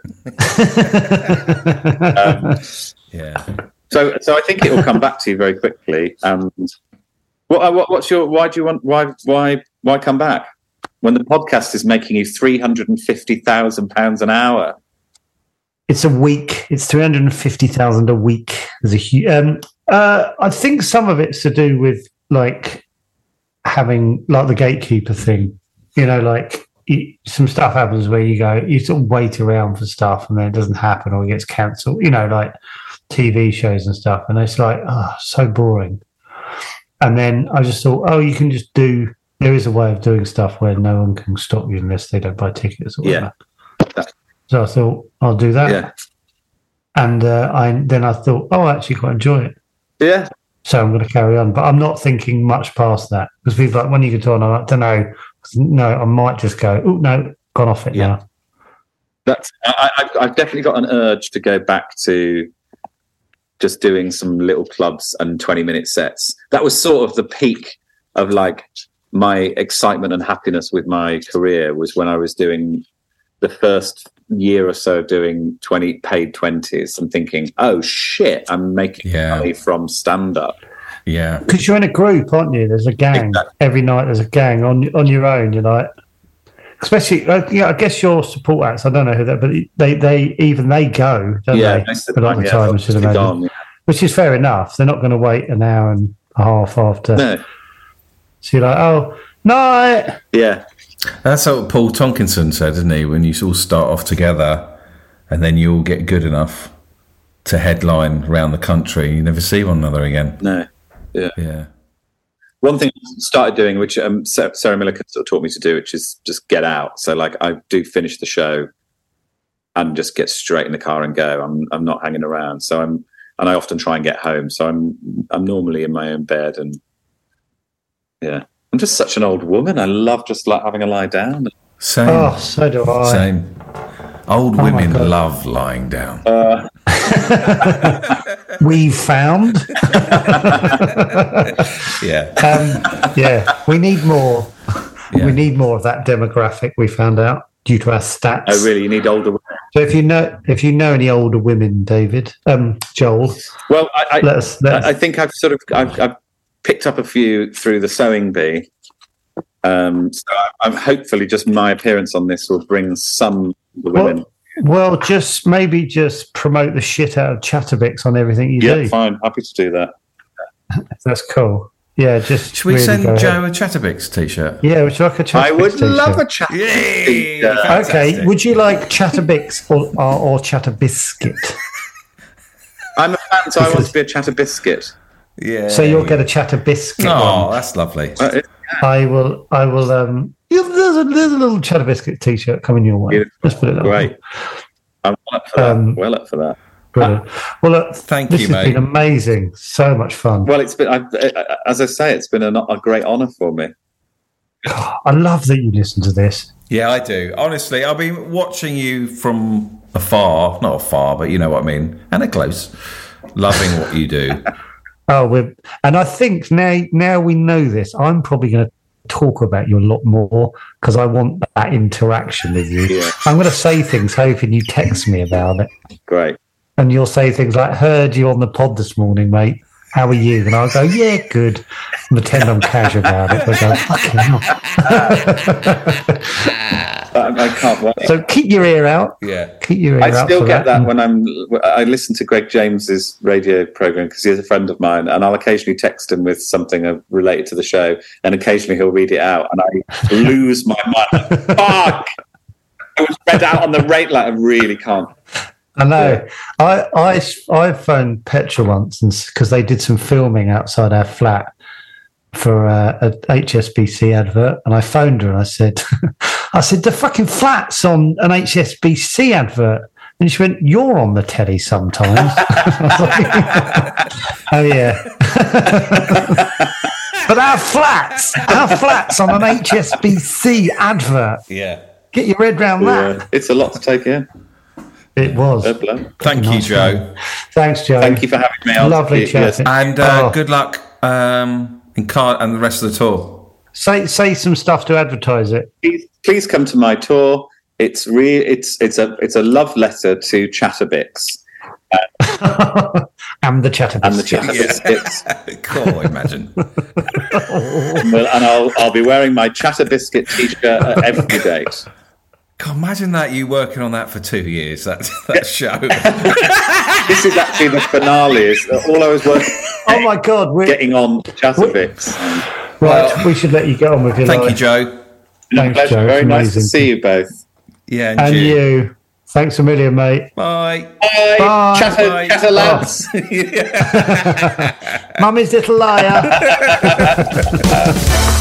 Speaker 1: Yeah.
Speaker 3: so so I think it will come back to you very quickly. And what, uh, what what's your why do you want why why why come back when the podcast is making you three hundred and fifty thousand pounds an hour?
Speaker 2: It's a week. It's three hundred and fifty thousand a week. There's a huge. Um, uh, I think some of it's to do with like having like the gatekeeper thing. You know, like you, some stuff happens where you go, you sort of wait around for stuff, and then it doesn't happen or it gets cancelled. You know, like TV shows and stuff, and it's like, oh, so boring. And then I just thought, oh, you can just do. There is a way of doing stuff where no one can stop you unless they don't buy tickets or
Speaker 3: Yeah.
Speaker 2: whatever. So I thought I'll do that
Speaker 3: Yeah,
Speaker 2: and uh, I then I thought, oh, I actually quite enjoy it,
Speaker 3: yeah.
Speaker 2: so I'm going to carry on. But I'm not thinking much past that because people are like when you get on, I don't know, no, I might just go, oh no, gone off it
Speaker 3: Yeah.
Speaker 2: now.
Speaker 3: That's I, I, I've- I've definitely got an urge to go back to just doing some little clubs and twenty minute sets. That was sort of the peak of like my excitement and happiness with my career was when I was doing the first year or so of doing 20 paid 20s and thinking oh shit i'm making
Speaker 1: Yeah.
Speaker 3: money from stand up
Speaker 1: Yeah.
Speaker 2: Because you're in a group, aren't you? There's a gang every night. There's a gang on on your own. You're like, especially, uh, yeah, I guess your support acts. I don't know who that, but they they even they go, don't
Speaker 3: yeah
Speaker 2: they?
Speaker 3: most of
Speaker 2: A lot of the
Speaker 3: yeah,
Speaker 2: time, I should
Speaker 3: obviously
Speaker 2: imagine.
Speaker 3: gone, yeah.
Speaker 2: Which is fair enough. They're not going to wait an hour and a half after.
Speaker 3: no
Speaker 2: So you're like, oh, night.
Speaker 3: yeah
Speaker 1: That's what Paul Tonkinson said, didn't he? When you all start off together and then you all get good enough to headline round the country, you never see one another again.
Speaker 3: no
Speaker 1: Yeah.
Speaker 3: one thing I started doing, which um, Sa- Sarah Milliken sort of taught me to do, which is just get out. So like I do finish the show and just get straight in the car and go. I'm I'm not hanging around. So I'm and I often try and get home. So I'm I'm normally in my own bed and yeah. I'm just such an old woman. I love just like having a lie down.
Speaker 1: Same.
Speaker 2: Oh, so do I.
Speaker 1: Same. Old
Speaker 2: my
Speaker 1: women
Speaker 2: God.
Speaker 1: love lying down.
Speaker 2: We found.
Speaker 1: yeah.
Speaker 2: Um, yeah, we need more.
Speaker 1: Yeah.
Speaker 2: We need more of that demographic. We found out. due to our stats.
Speaker 3: I Oh, really need older women.
Speaker 2: So if you know if you know any older women, David, um, Joel,
Speaker 3: Well, I, I,
Speaker 2: let us. Let us
Speaker 3: I I think I've sort of I've, I've picked up a few through the sewing bee. Um, so I- I'm hopefully just my appearance on this will bring some women.
Speaker 2: well, just maybe just promote the shit out of Chatterbix on everything you
Speaker 3: yeah,
Speaker 2: do.
Speaker 3: fine, happy to do that.
Speaker 2: That's cool. Yeah, just
Speaker 1: Should we
Speaker 2: really
Speaker 1: send
Speaker 2: go ahead.
Speaker 1: Joe a Chatterbix t-shirt?
Speaker 2: Yeah, would you like a Chatterbix?
Speaker 3: I would
Speaker 2: t-shirt?
Speaker 3: love a chat.
Speaker 1: Yay!
Speaker 3: Yeah. Okay,
Speaker 2: Okay,
Speaker 1: Fantastic.
Speaker 2: would you like Chatterbix or or, or Chatterbiscuit?
Speaker 3: I'm a fan, so I want to be a chatter biscuit.
Speaker 1: yeah.
Speaker 2: So you'll get a Chatterbiscuit.
Speaker 1: Oh, that's lovely.
Speaker 3: Uh,
Speaker 2: I will. I will. Um, you- there's a there's a little Cheddar Biscuit T-shirt coming your way.
Speaker 3: Beautiful.
Speaker 2: Let's put it that way.
Speaker 3: Great. I'm well up for that.
Speaker 2: Um,
Speaker 3: well up for that.
Speaker 2: Brilliant. Well, look,
Speaker 1: Thank
Speaker 2: this
Speaker 1: you,
Speaker 2: has
Speaker 1: mate.
Speaker 2: been amazing. So much fun.
Speaker 3: Well, it's been, I, I, as I say, it's been a, a great honour for me.
Speaker 2: I love that you listen to this.
Speaker 1: Yeah, I do. Honestly, I've been watching you from afar, not afar, but you know what I mean, and a close. Loving what you do.
Speaker 2: Oh, we're, and I think now now we know this. I'm probably going to talk about you a lot more because I want that interaction with you.
Speaker 3: Yeah.
Speaker 2: I'm going to say things hoping you text me about it,
Speaker 3: Great.
Speaker 2: and you'll say things like, "Heard you on the pod this morning, mate." How are you? And I'll go, yeah, good. And pretend I'm casual about it, but go, fucking hell.
Speaker 3: I, I can't wait.
Speaker 2: So keep your ear out.
Speaker 1: Yeah.
Speaker 2: Keep your ear
Speaker 3: I
Speaker 2: out.
Speaker 3: still
Speaker 2: for Mm.
Speaker 3: get that
Speaker 2: And
Speaker 3: when I'm. I listen to Greg James's radio program because he's a friend of mine, and I'll occasionally text him with something uh, related to the show, and occasionally he'll read it out, and I lose my mind. Like, Fuck! It was read out on the rate. Like I really can't.
Speaker 2: I know. I I I phoned Petra once because they did some filming outside our flat for uh, a HSBC advert, and I phoned her and I said, I said the fucking flats on an HSBC advert. And she went, "You're on the telly sometimes." I was like, oh yeah, but our flats, our flats on an HSBC advert.
Speaker 1: Yeah.
Speaker 2: Get your head round that.
Speaker 3: Yeah. It's a lot to take in.
Speaker 2: It was.
Speaker 3: Fair play.
Speaker 1: Thank you,
Speaker 2: Nice
Speaker 1: Joe.
Speaker 2: Thanks, Joe.
Speaker 3: Thank you for having me. on.
Speaker 2: Lovely
Speaker 3: Yes.
Speaker 2: chatting.
Speaker 1: And uh,
Speaker 2: Oh.
Speaker 1: good luck um, in car and the rest of the tour.
Speaker 2: Say say some stuff to advertise it.
Speaker 3: please, please come to my tour. It's re- it's it's a it's a love letter to Chatterbix
Speaker 2: I'm the chatterbiscuit.
Speaker 3: and the Chatterbiscuits.
Speaker 1: Cool, I imagine.
Speaker 3: Well, and I'll I'll be wearing my Chatterbiscuit t-shirt at every date.
Speaker 1: God, imagine that you working on that for two years. That that show.
Speaker 3: This is actually the finale. Is all I was working,
Speaker 2: Oh my god, we're
Speaker 3: getting on Chatterbix.
Speaker 2: right.
Speaker 1: Well-
Speaker 2: we should let you get on with your
Speaker 1: Thank
Speaker 2: life.
Speaker 1: you, Joe.
Speaker 2: Thanks,
Speaker 3: Pleasure.
Speaker 2: Joe.
Speaker 3: Very
Speaker 2: It's
Speaker 3: nice to
Speaker 2: amazing.
Speaker 3: see you both.
Speaker 1: Yeah, and,
Speaker 2: And
Speaker 1: you.
Speaker 2: you. Thanks a million, mate.
Speaker 1: Bye.
Speaker 3: Bye,
Speaker 2: Bye.
Speaker 3: Chatter,
Speaker 1: Bye.
Speaker 3: chatter
Speaker 2: Oh.
Speaker 3: lads.
Speaker 2: Mummy's little liar.